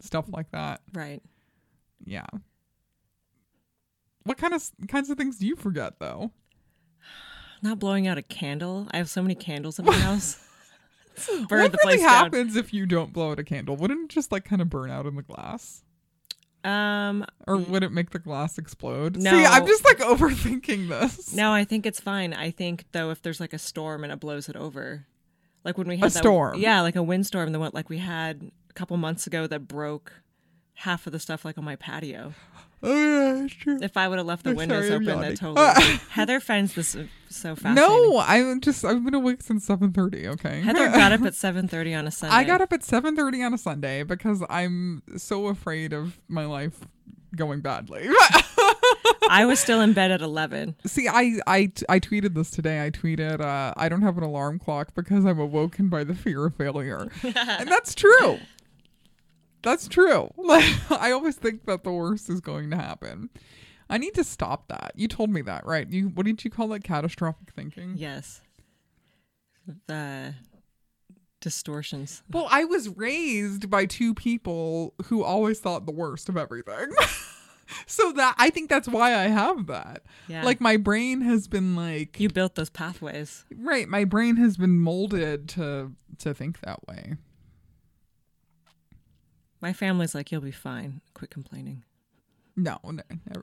Speaker 1: stuff like that?
Speaker 2: Right.
Speaker 1: Yeah. What kind of kinds of things do you forget though?
Speaker 2: Not blowing out a candle. I have so many candles in
Speaker 1: [laughs]
Speaker 2: my house. Burn
Speaker 1: what
Speaker 2: the
Speaker 1: really
Speaker 2: place down.
Speaker 1: happens if you don't blow out a candle? Wouldn't it just like kind of burn out in the glass?
Speaker 2: Um,
Speaker 1: Or would it make the glass explode?
Speaker 2: No.
Speaker 1: See, I'm just like [laughs] overthinking this.
Speaker 2: no, I think it's fine. I think though, if there's like a storm and it blows it over, like when we had
Speaker 1: A
Speaker 2: that,
Speaker 1: storm.
Speaker 2: yeah, like a windstorm, the one like we had a couple months ago that broke half of the stuff like on my patio.
Speaker 1: Oh, yeah, it's true.
Speaker 2: If I would have left the
Speaker 1: I'm
Speaker 2: windows
Speaker 1: [laughs] sorry, I'm
Speaker 2: open,
Speaker 1: yawning.
Speaker 2: that totally.
Speaker 1: [laughs]
Speaker 2: Heather finds this uh, so fascinating.
Speaker 1: No, I'm just I've been awake since 7:30, okay?
Speaker 2: Heather got
Speaker 1: [laughs]
Speaker 2: up at seven thirty on a Sunday.
Speaker 1: I got up at 7:30 on a Sunday because I'm so afraid of my life going badly. [laughs]
Speaker 2: I was still in bed at eleven.
Speaker 1: See, I, I I tweeted this today. I tweeted, uh, I don't have an alarm clock because I'm awoken by the fear of failure, and that's true. That's true. [laughs] Like I always think that the worst is going to happen. I need to stop that. You told me that, right? You what did you call that? Catastrophic thinking.
Speaker 2: Yes. The distortions.
Speaker 1: Well, I was raised by two people who always thought the worst of everything. [laughs] so that I think that's why I have that.
Speaker 2: Yeah.
Speaker 1: Like my brain has been like
Speaker 2: You built those pathways.
Speaker 1: right, my brain has been molded to to think that way.
Speaker 2: My family's like, you'll be fine. Quit complaining. [laughs]
Speaker 1: No, no, no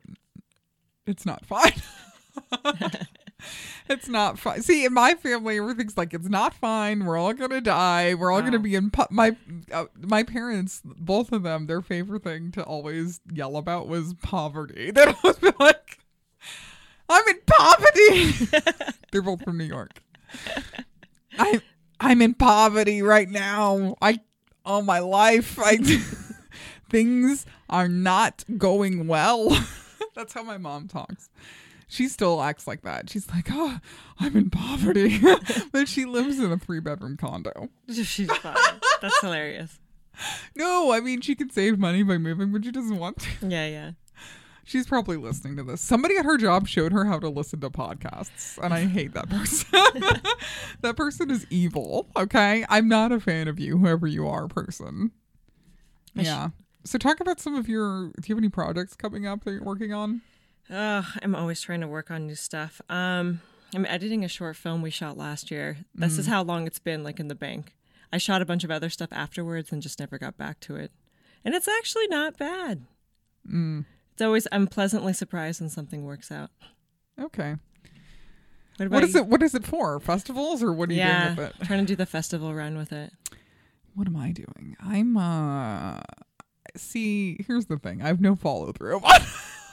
Speaker 1: it's not fine. [laughs] it's not fine. See, in my family, everything's like it's not fine. We're all gonna die. We're all gonna
Speaker 2: Wow.
Speaker 1: be in pu- my uh, my parents. Both of them, their favorite thing to always yell about was poverty. [laughs] They'd always be like, "I'm in poverty." They're both from New York. I I'm in poverty right now. I all my life I things are not going well. [laughs] That's how my mom talks. She still acts like that. She's like, "Oh, I'm in poverty." [laughs] but she lives in a three-bedroom condo.
Speaker 2: She's fine. That's hilarious.
Speaker 1: No, I mean she can save money by moving, but she doesn't want to.
Speaker 2: Yeah, yeah.
Speaker 1: She's probably listening to this. Somebody at her job showed her how to listen to podcasts, and I hate that person. [laughs] that person is evil, okay? I'm not a fan of you, whoever you are, person. Yeah. So talk about some of your do you have any projects coming up that you're working on?
Speaker 2: Oh, I'm always trying to work on new stuff. Um, I'm editing a short film we shot last year. This
Speaker 1: Mm.
Speaker 2: is how long it's been like in the bank. I shot a bunch of other stuff afterwards and just never got back to it. And it's actually not bad.
Speaker 1: Mm.
Speaker 2: It's always I'm pleasantly surprised when something works out.
Speaker 1: Okay.
Speaker 2: What about
Speaker 1: What is
Speaker 2: you?
Speaker 1: it what is it for? Festivals or what are you
Speaker 2: Yeah,
Speaker 1: doing with it?
Speaker 2: trying to do the festival run with it. [laughs]
Speaker 1: What am I doing? I'm uh see, here's the thing. I have no follow [laughs] through on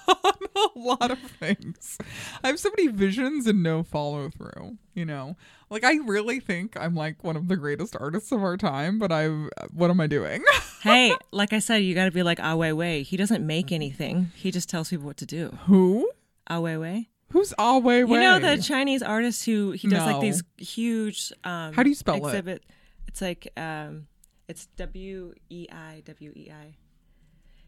Speaker 1: a lot of things. I have so many visions and no follow through, you know. Like I really think I'm like one of the greatest artists of our time, but I've what am I doing? [laughs]
Speaker 2: hey, like I said, you got to be like Ah Weiwei. He doesn't make anything. He just tells people what to do.
Speaker 1: Who?
Speaker 2: Ah Weiwei.
Speaker 1: Who's Ah Wei Wei?
Speaker 2: You know the Chinese artist who he does
Speaker 1: No.
Speaker 2: like these huge. Um,
Speaker 1: How do you spell it?
Speaker 2: exhibit. It's like um, it's W E I W E I.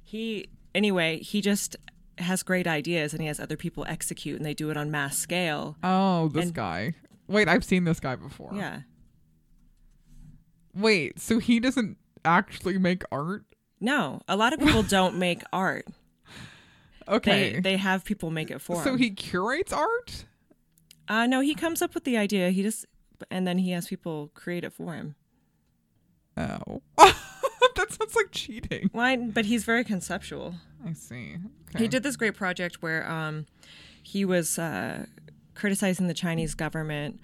Speaker 2: He anyway he just has great ideas and he has other people execute and they do it on mass scale.
Speaker 1: Oh, this guy. Wait, I've seen this guy before.
Speaker 2: Yeah.
Speaker 1: Wait, so he doesn't actually make art?
Speaker 2: No, a lot of people don't make art.
Speaker 1: Okay.
Speaker 2: They they have people make it for
Speaker 1: so
Speaker 2: him.
Speaker 1: he curates art?
Speaker 2: uh, no, he comes up with the idea. He just and then he has people create it for him.
Speaker 1: Oh. [laughs] that sounds like cheating.
Speaker 2: Why? But he's very conceptual.
Speaker 1: I see. Okay.
Speaker 2: He did this great project where um, he was uh, criticizing the Chinese government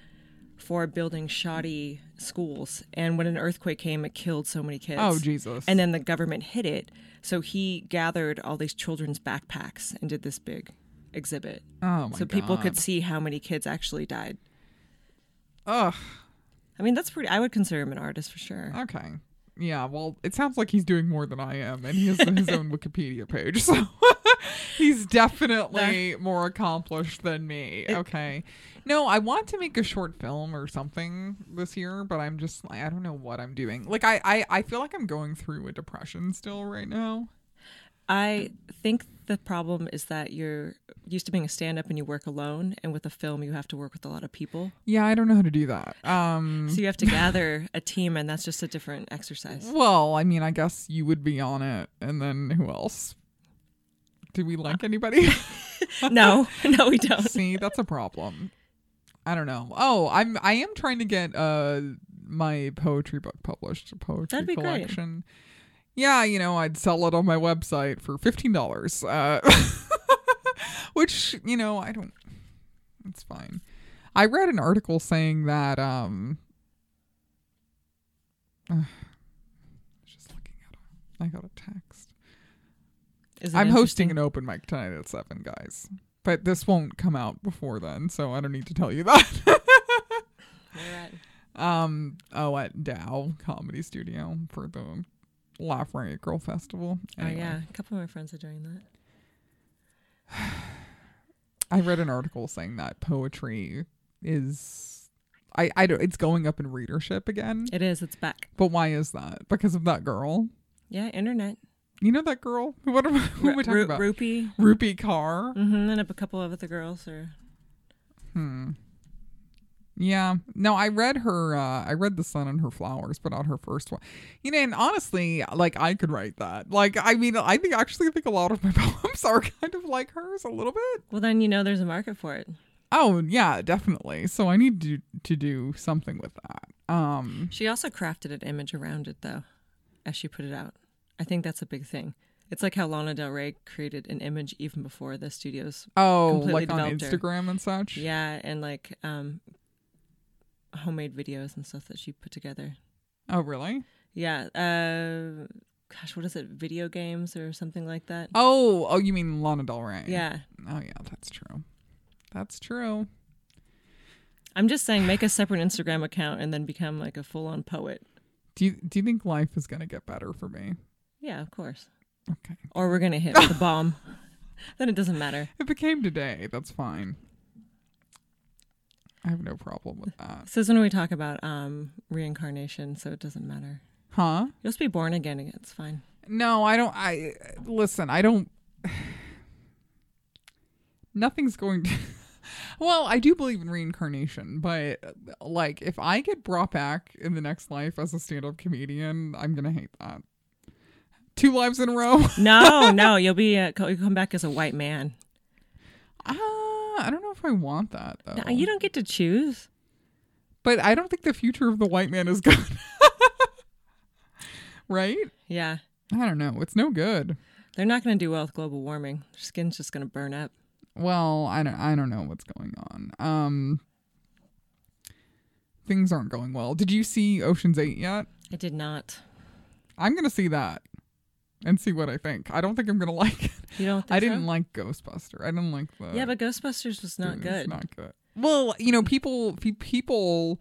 Speaker 2: for building shoddy schools, and when an earthquake came, it killed so many kids.
Speaker 1: Oh, Jesus.
Speaker 2: And then the government hid it, so he gathered all these children's backpacks and did this big exhibit,
Speaker 1: oh my
Speaker 2: so people
Speaker 1: God.
Speaker 2: could see how many kids actually died.
Speaker 1: Ugh.
Speaker 2: I mean, that's pretty. I would consider him an artist for sure.
Speaker 1: Okay. Yeah, well, it sounds like he's doing more than I am, and he has
Speaker 2: [laughs]
Speaker 1: his own Wikipedia page, so [laughs] he's definitely more accomplished than me. Okay. No, I want to make a short film or something this year, but I'm just, like, I don't know what I'm doing. Like, I, I, I feel like I'm going through a depression still right now.
Speaker 2: I think the problem is that you're used to being a stand up and you work alone, and with a film, you have to work with a lot of people.
Speaker 1: Yeah, I don't know how to do that. Um,
Speaker 2: So you have
Speaker 1: [laughs]
Speaker 2: to gather a team, and that's just a different exercise.
Speaker 1: well, I mean, I guess you would be on it, and then who else? Do we like anybody?
Speaker 2: No, [laughs] no, we don't.
Speaker 1: See, that's a problem. I don't know. Oh, I'm I am trying to get uh my poetry book published, a poetry
Speaker 2: That'd be great.
Speaker 1: collection. Yeah, you know, I'd sell it on my website for fifteen dollars. Uh, [laughs] which you know, I don't. It's fine. I read an article saying that um. [sighs] ugh, just looking at it. I got a text.
Speaker 2: Is it
Speaker 1: I'm hosting
Speaker 2: interesting?
Speaker 1: an open mic tonight at seven, guys. But this won't come out before then, so I don't need to tell you [laughs] that.
Speaker 2: Where at?
Speaker 1: um, oh, at Dow Comedy Studio for the Laugh Riot Girl Festival.
Speaker 2: Oh,
Speaker 1: Anyway,
Speaker 2: yeah. A couple of my friends are doing that.
Speaker 1: I read an article saying that poetry is, I, I don't, it's going up in readership again.
Speaker 2: It is. It's back.
Speaker 1: But why is that? Because of that girl.
Speaker 2: Yeah, internet.
Speaker 1: You know that girl? What am I, [laughs] who am I
Speaker 2: Ru-
Speaker 1: talking
Speaker 2: Ru-
Speaker 1: about?
Speaker 2: Rupee.
Speaker 1: Rupi Carr.
Speaker 2: hmm And a couple of other girls are.
Speaker 1: Hmm. Yeah. No, I read her. Uh, I read the sun and her flowers, but not her first one. You know, and honestly, like I could write that. Like, I mean, I think actually think a lot of my [laughs] poems are kind of like hers a little bit.
Speaker 2: Well, then you know there's a market for it.
Speaker 1: Oh yeah, definitely. So I need to to do something with that. Um.
Speaker 2: She also crafted an image around it, though, as she put it out. I think that's a big thing. It's like how Lana Del Rey created an image even before the studios.
Speaker 1: Oh,
Speaker 2: Completely
Speaker 1: like on
Speaker 2: developed her.
Speaker 1: Instagram and such.
Speaker 2: Yeah, and like um, homemade videos and stuff that she put together.
Speaker 1: Oh really?
Speaker 2: Yeah. Uh, gosh, what is it? Video games or something like that?
Speaker 1: Oh, oh, you mean Lana Del Rey?
Speaker 2: Yeah.
Speaker 1: Oh yeah, that's true. That's true.
Speaker 2: I'm just saying, make a separate Instagram account and then become like a full on poet.
Speaker 1: Do you do you think life is gonna get better for me?
Speaker 2: Yeah, of course.
Speaker 1: Okay.
Speaker 2: Or we're going to hit with the bomb. [laughs] then it doesn't matter.
Speaker 1: It became today. That's fine. I have no problem with
Speaker 2: [laughs]
Speaker 1: that.
Speaker 2: This is when we talk about um, reincarnation, so it doesn't matter.
Speaker 1: Huh?
Speaker 2: You'll just be born again. and It's fine.
Speaker 1: No, I don't. I listen. I don't. [sighs] Nothing's going to. [laughs] Well, I do believe in reincarnation, but like if I get brought back in the next life as a stand-up comedian, I'm gonna hate that. Two lives in a row. [laughs]
Speaker 2: No, no, you'll be a, you'll come back as a white man.
Speaker 1: Ah, I don't know if I want that though.
Speaker 2: No, you don't get to choose.
Speaker 1: but I don't think the future of the white man is good. [laughs] right?
Speaker 2: Yeah,
Speaker 1: I don't know. It's no good.
Speaker 2: they're not going to do well with global warming. Their skin's just going to burn up.
Speaker 1: Well, I don't. I don't know what's going on. Um, things aren't going well. Did you see Ocean's Eight yet?
Speaker 2: I did not.
Speaker 1: I'm gonna see that and see what I think. I don't think I'm gonna [laughs] like it.
Speaker 2: You don't. Think
Speaker 1: I didn't
Speaker 2: so?
Speaker 1: like Ghostbuster. I didn't like the.
Speaker 2: Yeah, but Ghostbusters was not
Speaker 1: it's
Speaker 2: good.
Speaker 1: Not good. Well, you know, people. pe- People.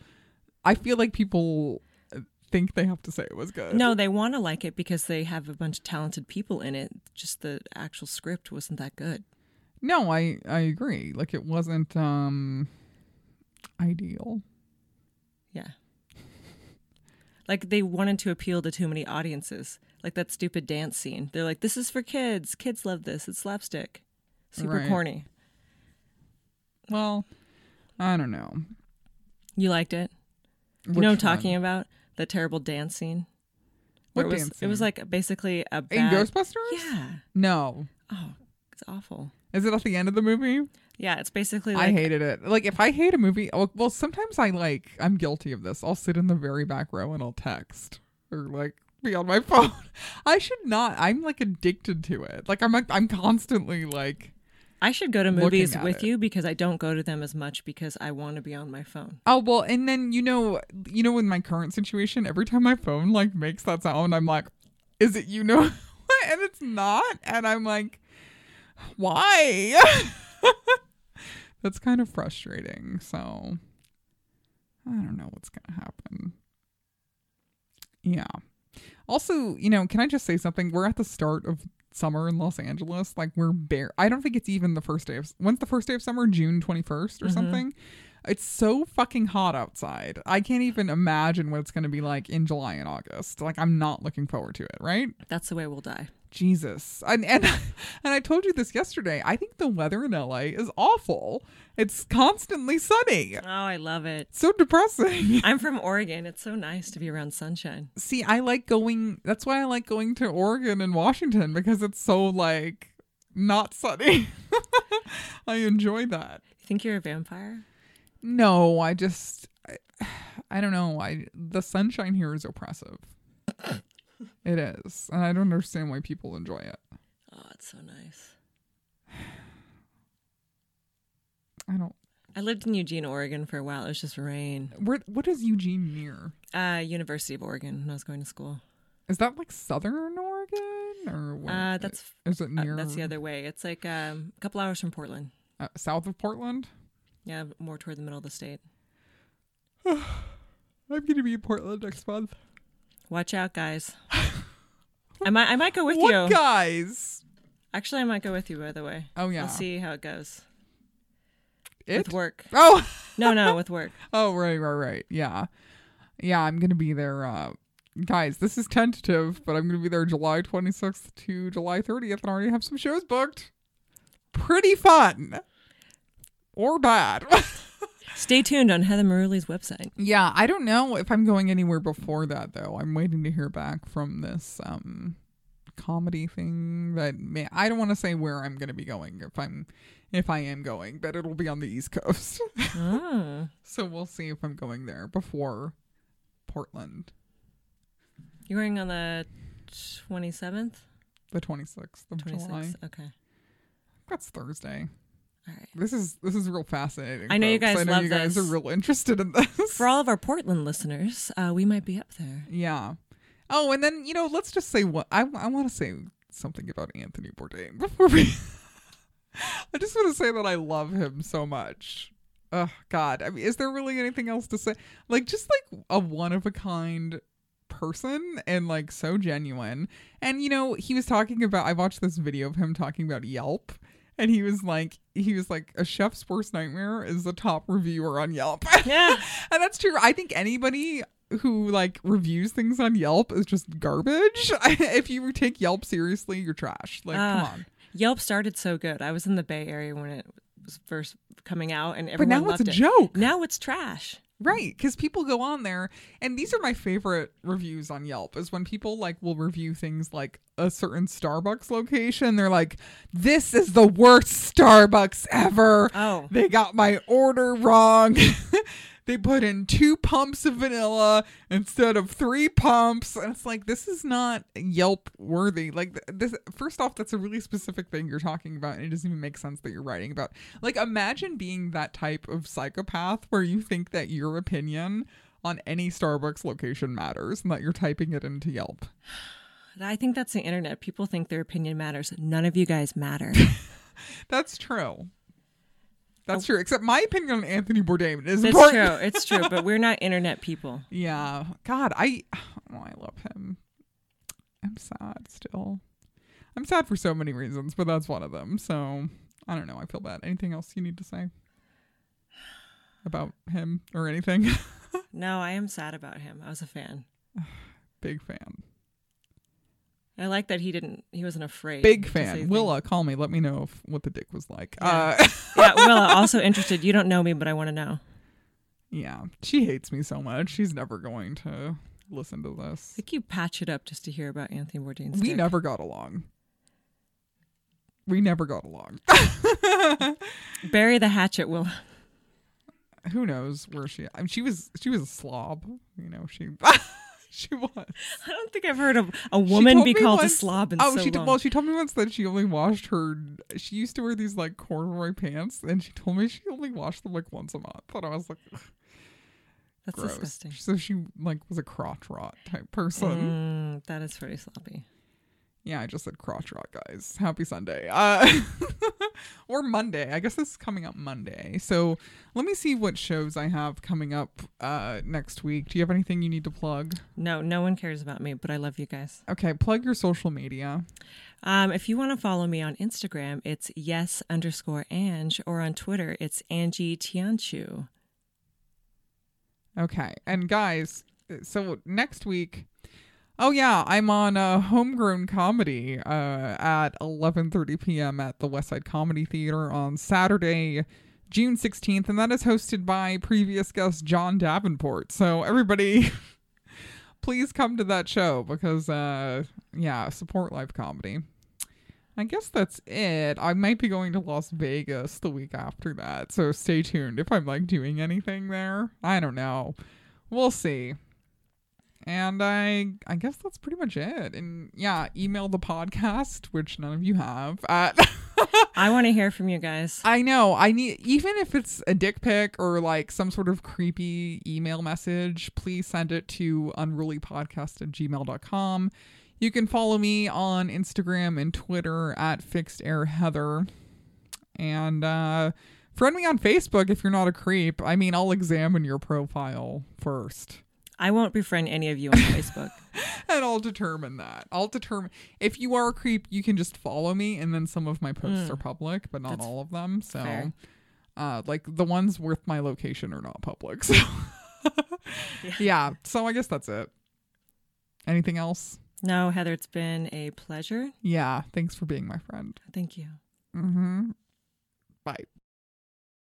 Speaker 1: I feel like people uh, think they have to say it was good.
Speaker 2: No, they want to like it because they have a bunch of talented people in it. Just the actual script wasn't that good.
Speaker 1: No, I I agree. Like it wasn't um ideal.
Speaker 2: Yeah. Like they wanted to appeal to too many audiences. Like that stupid dance scene. They're like, this is for kids. Kids love this. It's slapstick. Super
Speaker 1: Right.
Speaker 2: corny.
Speaker 1: Well, I don't know.
Speaker 2: You liked it? You know what I'm
Speaker 1: Which one?
Speaker 2: talking about? The terrible dance scene. where
Speaker 1: What
Speaker 2: it was
Speaker 1: dance
Speaker 2: it was
Speaker 1: scene?
Speaker 2: like basically a
Speaker 1: In
Speaker 2: bad,
Speaker 1: Ghostbusters?
Speaker 2: Yeah.
Speaker 1: No.
Speaker 2: Oh, it's awful.
Speaker 1: Is it at the end of the movie?
Speaker 2: Yeah, it's basically like
Speaker 1: I hated it. Like if I hate a movie, oh, well, sometimes I like I'm guilty of this. I'll sit in the very back row and I'll text or like be on my [laughs] phone. I should not. I'm like addicted to it. Like I'm I'm constantly like,
Speaker 2: I should go to
Speaker 1: looking
Speaker 2: movies
Speaker 1: at
Speaker 2: with
Speaker 1: it.
Speaker 2: you because I don't go to them as much because I want to be on my phone.
Speaker 1: oh well. And then you know, you know, in my current situation, every time my phone like makes that sound, I'm like, is it you know? and it's not. And I'm like, why? [laughs] That's kind of frustrating. So I don't know what's going to happen. Yeah. Also, you know, can I just say something? We're at the start of summer in Los Angeles. Like, we're bare. I don't think it's even the first day of. When's the first day of summer? June 21st or something? It's so fucking hot outside. I can't even imagine what it's going to be like in July and August. Like, I'm not looking forward to it, right?
Speaker 2: That's the way we'll die.
Speaker 1: Jesus. And and [laughs] and I told you this yesterday. I think the weather in LA is awful. It's constantly sunny.
Speaker 2: Oh, I love it.
Speaker 1: So depressing. [laughs]
Speaker 2: I'm from Oregon. It's so nice to be around sunshine.
Speaker 1: See, I like going that's why I like going to Oregon and Washington because it's so like not sunny. [laughs] I enjoy that.
Speaker 2: You think you're a vampire?
Speaker 1: No, I just I, [sighs] I don't know. I the sunshine here is [coughs] oppressive. It is. And I don't understand why people enjoy it.
Speaker 2: Oh, it's so nice.
Speaker 1: I don't
Speaker 2: I lived in Eugene, Oregon for a while. It was just rain.
Speaker 1: where what is Eugene near?
Speaker 2: Uh, University of Oregon when I was going to school.
Speaker 1: Is that like Southern Oregon or what?
Speaker 2: Uh, that's
Speaker 1: is it
Speaker 2: uh,
Speaker 1: near
Speaker 2: that's the other way. It's like um, a couple hours from Portland.
Speaker 1: uh, south of Portland?
Speaker 2: Yeah, more toward the middle of the state.
Speaker 1: I'm gonna be in Portland next month.
Speaker 2: Watch out, guys.
Speaker 1: [laughs]
Speaker 2: I might I might go with
Speaker 1: What
Speaker 2: you.
Speaker 1: guys?
Speaker 2: Actually, I might go with you. By the way,
Speaker 1: Oh yeah,
Speaker 2: I'll see how it goes
Speaker 1: it.
Speaker 2: with work.
Speaker 1: Oh,
Speaker 2: No, no,
Speaker 1: [laughs]
Speaker 2: with work.
Speaker 1: oh right, right, right. Yeah, yeah. I'm gonna be there. Uh, guys, this is tentative, but I'm gonna be there July 26th to July 30th, and I already have some shows booked. Pretty fun, or bad. [laughs]
Speaker 2: Stay tuned on Heather Marulli's website.
Speaker 1: Yeah, I don't know if I'm going anywhere before that though. I'm waiting to hear back from this um comedy thing that may I don't want to say where I'm going to be going if I'm if I am going, but it'll be on the East Coast. [laughs]
Speaker 2: Oh,
Speaker 1: so we'll see if I'm going there before Portland,
Speaker 2: you're going on the twenty seventh,
Speaker 1: the 26th of
Speaker 2: twenty
Speaker 1: July.
Speaker 2: sixth. Okay,
Speaker 1: That's Thursday.
Speaker 2: all right.
Speaker 1: This is this is real fascinating.
Speaker 2: I know you
Speaker 1: folks.
Speaker 2: guys
Speaker 1: I know
Speaker 2: love
Speaker 1: you guys
Speaker 2: this.
Speaker 1: are real interested in this.
Speaker 2: For all of our Portland listeners, uh, we might be up there.
Speaker 1: Yeah. Oh, and then you know, let's just say what I I want to say something about Anthony Bourdain [laughs] before we. I just want to say that I love him so much. Oh God! I mean, is there really anything else to say? Like, just like a one of a kind person and like so genuine. And you know, he was talking about. I watched this video of him talking about Yelp. And he was like, he was like, a chef's worst nightmare is the top reviewer on Yelp. [laughs]
Speaker 2: Yeah,
Speaker 1: And that's true. I think anybody who like reviews things on Yelp is just garbage. [laughs] if you take Yelp seriously, you're trash. Like,
Speaker 2: Ah,
Speaker 1: come on.
Speaker 2: [laughs] Yelp started so good. I was in the Bay Area when it was first coming out, and
Speaker 1: But
Speaker 2: everyone
Speaker 1: now it's
Speaker 2: loved
Speaker 1: a
Speaker 2: it.
Speaker 1: joke,
Speaker 2: Now it's trash.
Speaker 1: right? Because people go on there, and these are my favorite reviews on Yelp. Is when people like will review things like a certain Starbucks location. They're like, "This is the worst Starbucks ever."
Speaker 2: Oh,
Speaker 1: They got my order wrong. [laughs] they put in two pumps of vanilla instead of three pumps. And it's like, this is not Yelp worthy. Like, th- this, first off, that's a really specific thing you're talking about. And it doesn't even make sense that you're writing about. Like, imagine being that type of psychopath where you think that your opinion on any Starbucks location matters and that you're typing it into Yelp.
Speaker 2: I think that's the internet. People think their opinion matters. None of you guys
Speaker 1: [laughs]
Speaker 2: matter.
Speaker 1: That's true. That's true. Except my opinion on Anthony Bourdain is
Speaker 2: It's
Speaker 1: important.
Speaker 2: true. It's true. But we're not internet people.
Speaker 1: Yeah. God, I [sighs] oh, I love him. I'm sad still. I'm sad for so many reasons, but that's one of them. So I don't know. I feel bad. Anything else you need to say about him or anything? [laughs]
Speaker 2: No, I am sad about him. I was a fan.
Speaker 1: Big fan.
Speaker 2: I like that he didn't. He wasn't afraid.
Speaker 1: Big
Speaker 2: to say
Speaker 1: fan.
Speaker 2: things.
Speaker 1: Willa, call me. Let me know if, what the dick was like.
Speaker 2: Yeah.
Speaker 1: Uh, [laughs]
Speaker 2: yeah, Willa. Also interested. You don't know me, but I want to know.
Speaker 1: yeah. She hates me so much. She's never going to. listen to this.
Speaker 2: think you patch it up just to hear about Anthony Bourdain's.
Speaker 1: We
Speaker 2: dick.
Speaker 1: never got along. We never got along.
Speaker 2: bury the hatchet. Will
Speaker 1: Who knows where she? I mean, she was she was a slob. You know she [laughs] she was.
Speaker 2: [laughs] I don't think I've heard of a
Speaker 1: She
Speaker 2: woman
Speaker 1: told
Speaker 2: be
Speaker 1: me
Speaker 2: called
Speaker 1: once-
Speaker 2: a slob in
Speaker 1: oh,
Speaker 2: so
Speaker 1: she t-
Speaker 2: long.
Speaker 1: well, she told me once that she only washed her. She used to wear these like corduroy pants, and she told me she only washed them like once a month. And I was like,
Speaker 2: That's
Speaker 1: gross.
Speaker 2: disgusting.
Speaker 1: So she like was a crotch rot type person.
Speaker 2: Mm, that is pretty sloppy.
Speaker 1: Yeah, I just said crotch rot, guys. Happy Sunday. Uh, [laughs] or Monday. I guess this is coming up Monday. So let me see what shows I have coming up uh, next week. Do you have anything you need to plug?
Speaker 2: No, no one cares about me, but I love you guys.
Speaker 1: Okay, plug your social media.
Speaker 2: Um, if you want to follow me on Instagram, it's yes underscore Ange, or on Twitter, it's Angie Tianchu.
Speaker 1: Okay. And guys, so next week Oh yeah, I'm on a homegrown comedy uh, at 11:30 p.m. at the Westside Comedy Theater on Saturday, June 16th, and that is hosted by previous guest John Davenport. So everybody [laughs] please come to that show because uh yeah, support live comedy. I guess that's it. I might be going to Las Vegas the week after that, so stay tuned if I'm like doing anything there. I don't know. We'll see. And I I guess that's pretty much it. And yeah, email the podcast, which none of you have. Uh, [laughs]
Speaker 2: I want to hear from you guys.
Speaker 1: I know. I need even if it's a dick pic or like some sort of creepy email message, please send it to unrulypodcast at gmail.com. You can follow me on Instagram and Twitter at fixed air heather. And uh friend me on Facebook if you're not a creep. I mean I'll examine your profile first.
Speaker 2: I won't befriend any of you on Facebook.
Speaker 1: And I'll determine that. I'll determine if you are a creep, you can just follow me, and then some of my posts are public, but not
Speaker 2: Hmm. That's
Speaker 1: all of them. So,
Speaker 2: fair.
Speaker 1: uh, like the ones with my location are not public. [laughs] So, yeah. So I guess that's it. Anything else?
Speaker 2: no, Heather, it's been a pleasure.
Speaker 1: Yeah. Thanks for being my friend.
Speaker 2: Thank you.
Speaker 1: Mm-hmm. Bye.